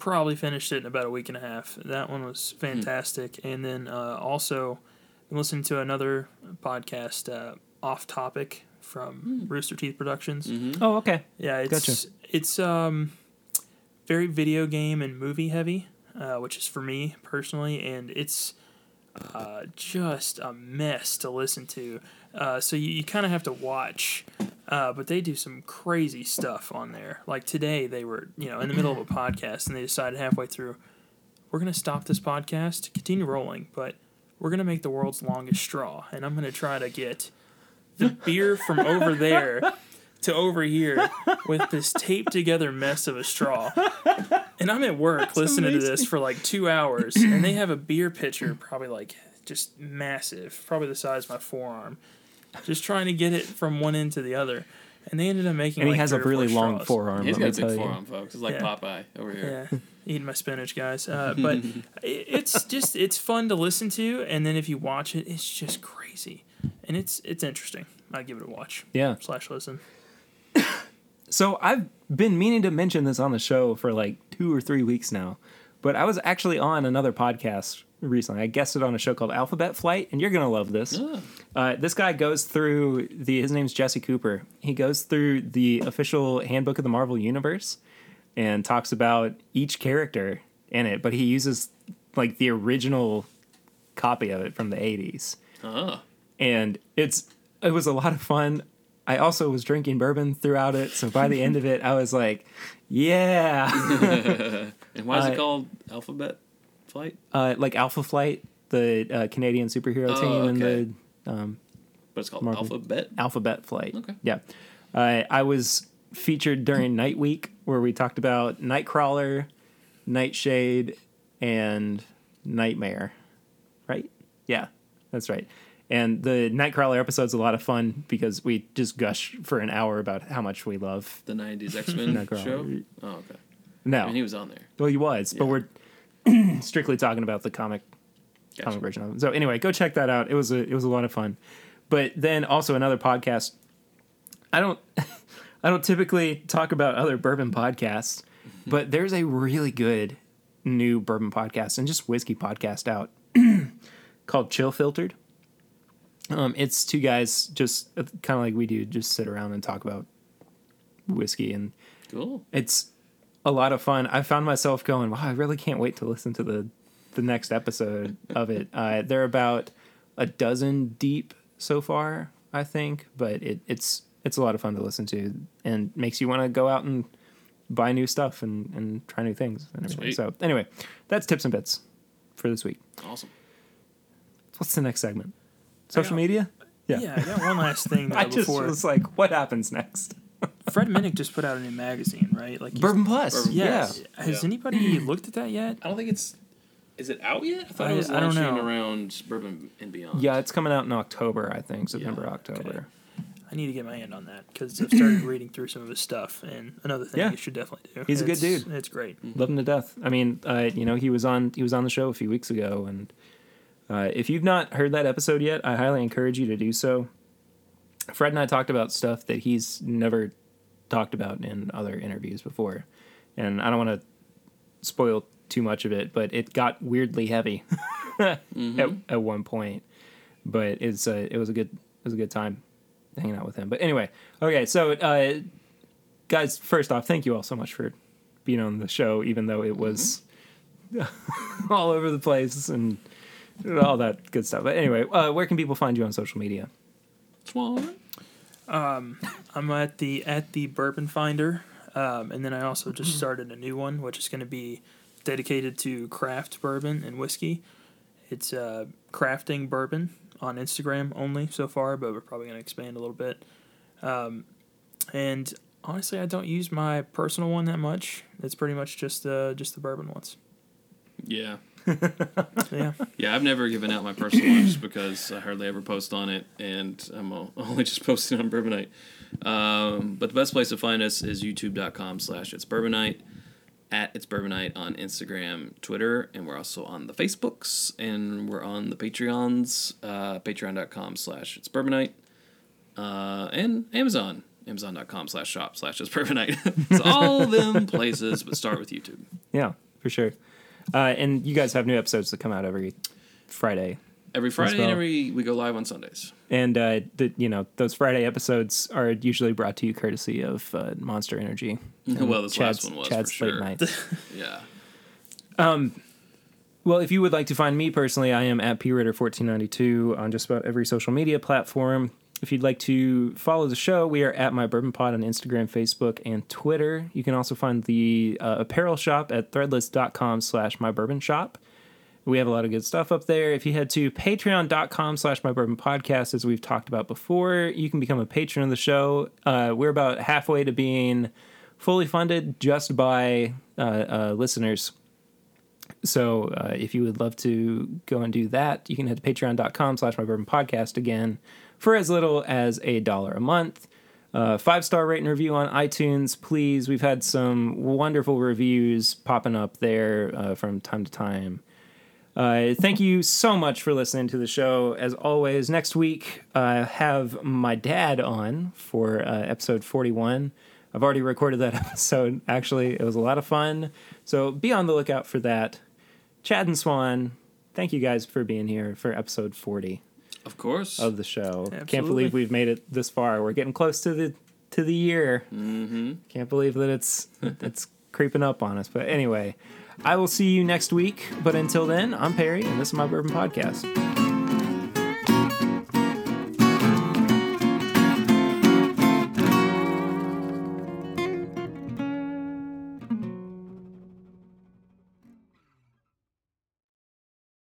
probably finished it in about a week and a half. That one was fantastic. And then uh, also, been listening to another podcast, uh, Off Topic from Rooster Teeth Productions. hmm Oh, okay. Yeah, it's it's um very video game and movie heavy, uh, which is for me personally, and it's uh, just a mess to listen to. Uh, so you, you kind of have to watch, uh, but they do some crazy stuff on there. Like today, they were you know in the middle of a podcast, and they decided halfway through, we're gonna stop this podcast, continue rolling, but we're gonna make the world's longest straw, and I'm gonna try to get the beer from over there to over here with this taped together mess of a straw. And I'm at work listening to this amazing. for like two hours, and they have a beer pitcher, probably like just massive, probably the size of my forearm, just trying to get it from one end to the other. And they ended up making. And he like, has a three or really four long straws. forearm. He's let got a me tell big you. forearm, folks. It's like Yeah. Popeye over here. Yeah, eating my spinach, guys. Uh, but i- it's just it's fun to listen to, and then if you watch it, it's just crazy, and it's it's interesting. I give it a watch Yeah. slash listen. So I've been meaning to mention this on the show for like two or three weeks now, but I was actually on another podcast recently. I guested on a show called Alphabet Flight, and you're gonna love this. Oh. Uh, this guy goes through the. His name's Jesse Cooper. He goes through the official handbook of the Marvel Universe and talks about each character in it, but he uses like the original copy of it from the 80s Oh. and it's it was a lot of fun. I also was drinking bourbon throughout it, so by the end of it, I was like, "Yeah, And why is Uh, it called Alphabet Flight? uh, like Alpha Flight, the uh, Canadian superhero Oh, team, and okay. the But it's called Marvel. Alphabet. Alphabet Flight." Okay. Yeah, uh, I was featured during Night Week, where we talked about Nightcrawler, Nightshade, and Nightmare. Right? Yeah, that's right. And the Nightcrawler episode's a lot of fun because we just gush for an hour about how much we love. The '90s X Men Nightcrawler. show. Oh, okay. No, I mean, he was on there. well, he was, but Yeah. we're strictly talking about the comic Gotcha. comic version of it. So anyway, go check that out. It was a it was a lot of fun. But then also another podcast. I don't I don't typically talk about other bourbon podcasts, Mm-hmm. but there's a really good new bourbon podcast and just whiskey podcast out called Chill Filtered. Um, it's two guys just kind of like we do, just sit around and talk about whiskey and Cool. it's a lot of fun. I found myself going, wow, I really can't wait to listen to the the next episode of it. Uh, they're about a dozen deep so far, I think, but it, it's it's a lot of fun to listen to and makes you want to go out and buy new stuff and, and try new things and everything. Sweet. So anyway, that's tips and bits for this week. Awesome. What's the next segment? Social got- media? Yeah. Yeah. I got one last thing though, I just before was like, what happens next? Fred Minnick just put out a new magazine, right? Like he's- Bourbon Plus. Bourbon yeah. Yes. Has Yeah. anybody looked at that yet? I don't think it's. Is it out yet? I thought I- it was I don't launching know. around Bourbon and Beyond. Yeah, it's coming out in October, I think, September, okay. October. I need to get my hand on that because I've started reading through some of his stuff, and another thing Yeah. you should definitely do. He's a good It's- dude. It's great. love Mm-hmm. him to death. I mean, uh, you know, he was on he was on the show a few weeks ago, and uh, if you've not heard that episode yet, I highly encourage you to do so. Fred and I talked about stuff that he's never talked about in other interviews before, and I don't want to spoil too much of it, but it got weirdly heavy at, at one point. But it's uh, it was a good it was a good time hanging out with him. But anyway, okay, so uh, guys, first off, thank you all so much for being on the show, even though it was all over the place and all that good stuff. But anyway, uh, where can people find you on social media? Swan. I'm at the at the Bourbon Finder, um, and then I also just started a new one, which is going to be dedicated to craft bourbon and whiskey. It's uh, crafting bourbon on Instagram only so far, but we're probably going to expand a little bit. Um, and honestly, I don't use my personal one that much. It's pretty much just uh, just the bourbon ones. Yeah. So, yeah, Yeah, I've never given out my personal one just because I hardly ever post on it, and I'm o- only just posting on Bourbonite. Um, but the best place to find us is youtube.com slash it's Bourbonite, at it's Bourbonite on Instagram, Twitter, and we're also on the Facebooks, and we're on the Patreons, uh, patreon.com slash it's Bourbonite, uh, and Amazon, amazon.com slash shop slash it's Bourbonite. it's all them places, but start with YouTube. Yeah, for sure. Uh, and you guys have new episodes that come out every Friday. Every Friday well. and every, we go live on Sundays. And uh, the, you know those Friday episodes are usually brought to you courtesy of uh, Monster Energy. and Well, this last one was for late sure. night. Yeah. Well, if you would like to find me personally, I am at pritter1492 on just about every social media platform. If you'd like to follow the show, we are at My Bourbon Pod on Instagram, Facebook, and Twitter. You can also find the uh, apparel shop at threadless.com slash My Bourbon Shop. We have a lot of good stuff up there. If you head to patreon.com slash my bourbon podcast, as we've talked about before, you can become a patron of the show. Uh, we're about halfway to being fully funded just by uh, uh, listeners. So uh, if you would love to go and do that, you can head to patreon.com slash my bourbon podcast again for as little as a dollar a month. Uh, five star rate and review on iTunes, please. We've had some wonderful reviews popping up there uh, from time to time. Uh, thank you so much for listening to the show. As always, next week I have my dad on for uh, episode 41. I've already recorded that episode, actually. It was a lot of fun. So be on the lookout for that. Chad and Swan, thank you guys for being here for episode 40 Of course. of the show. Can't Absolutely. believe we've made it this far. We're getting close to the to the year. Mm-hmm. Can't believe that it's it's creeping up on us. But anyway, I will see you next week. But until then, I'm Perry, and this is my Bourbon Podcast.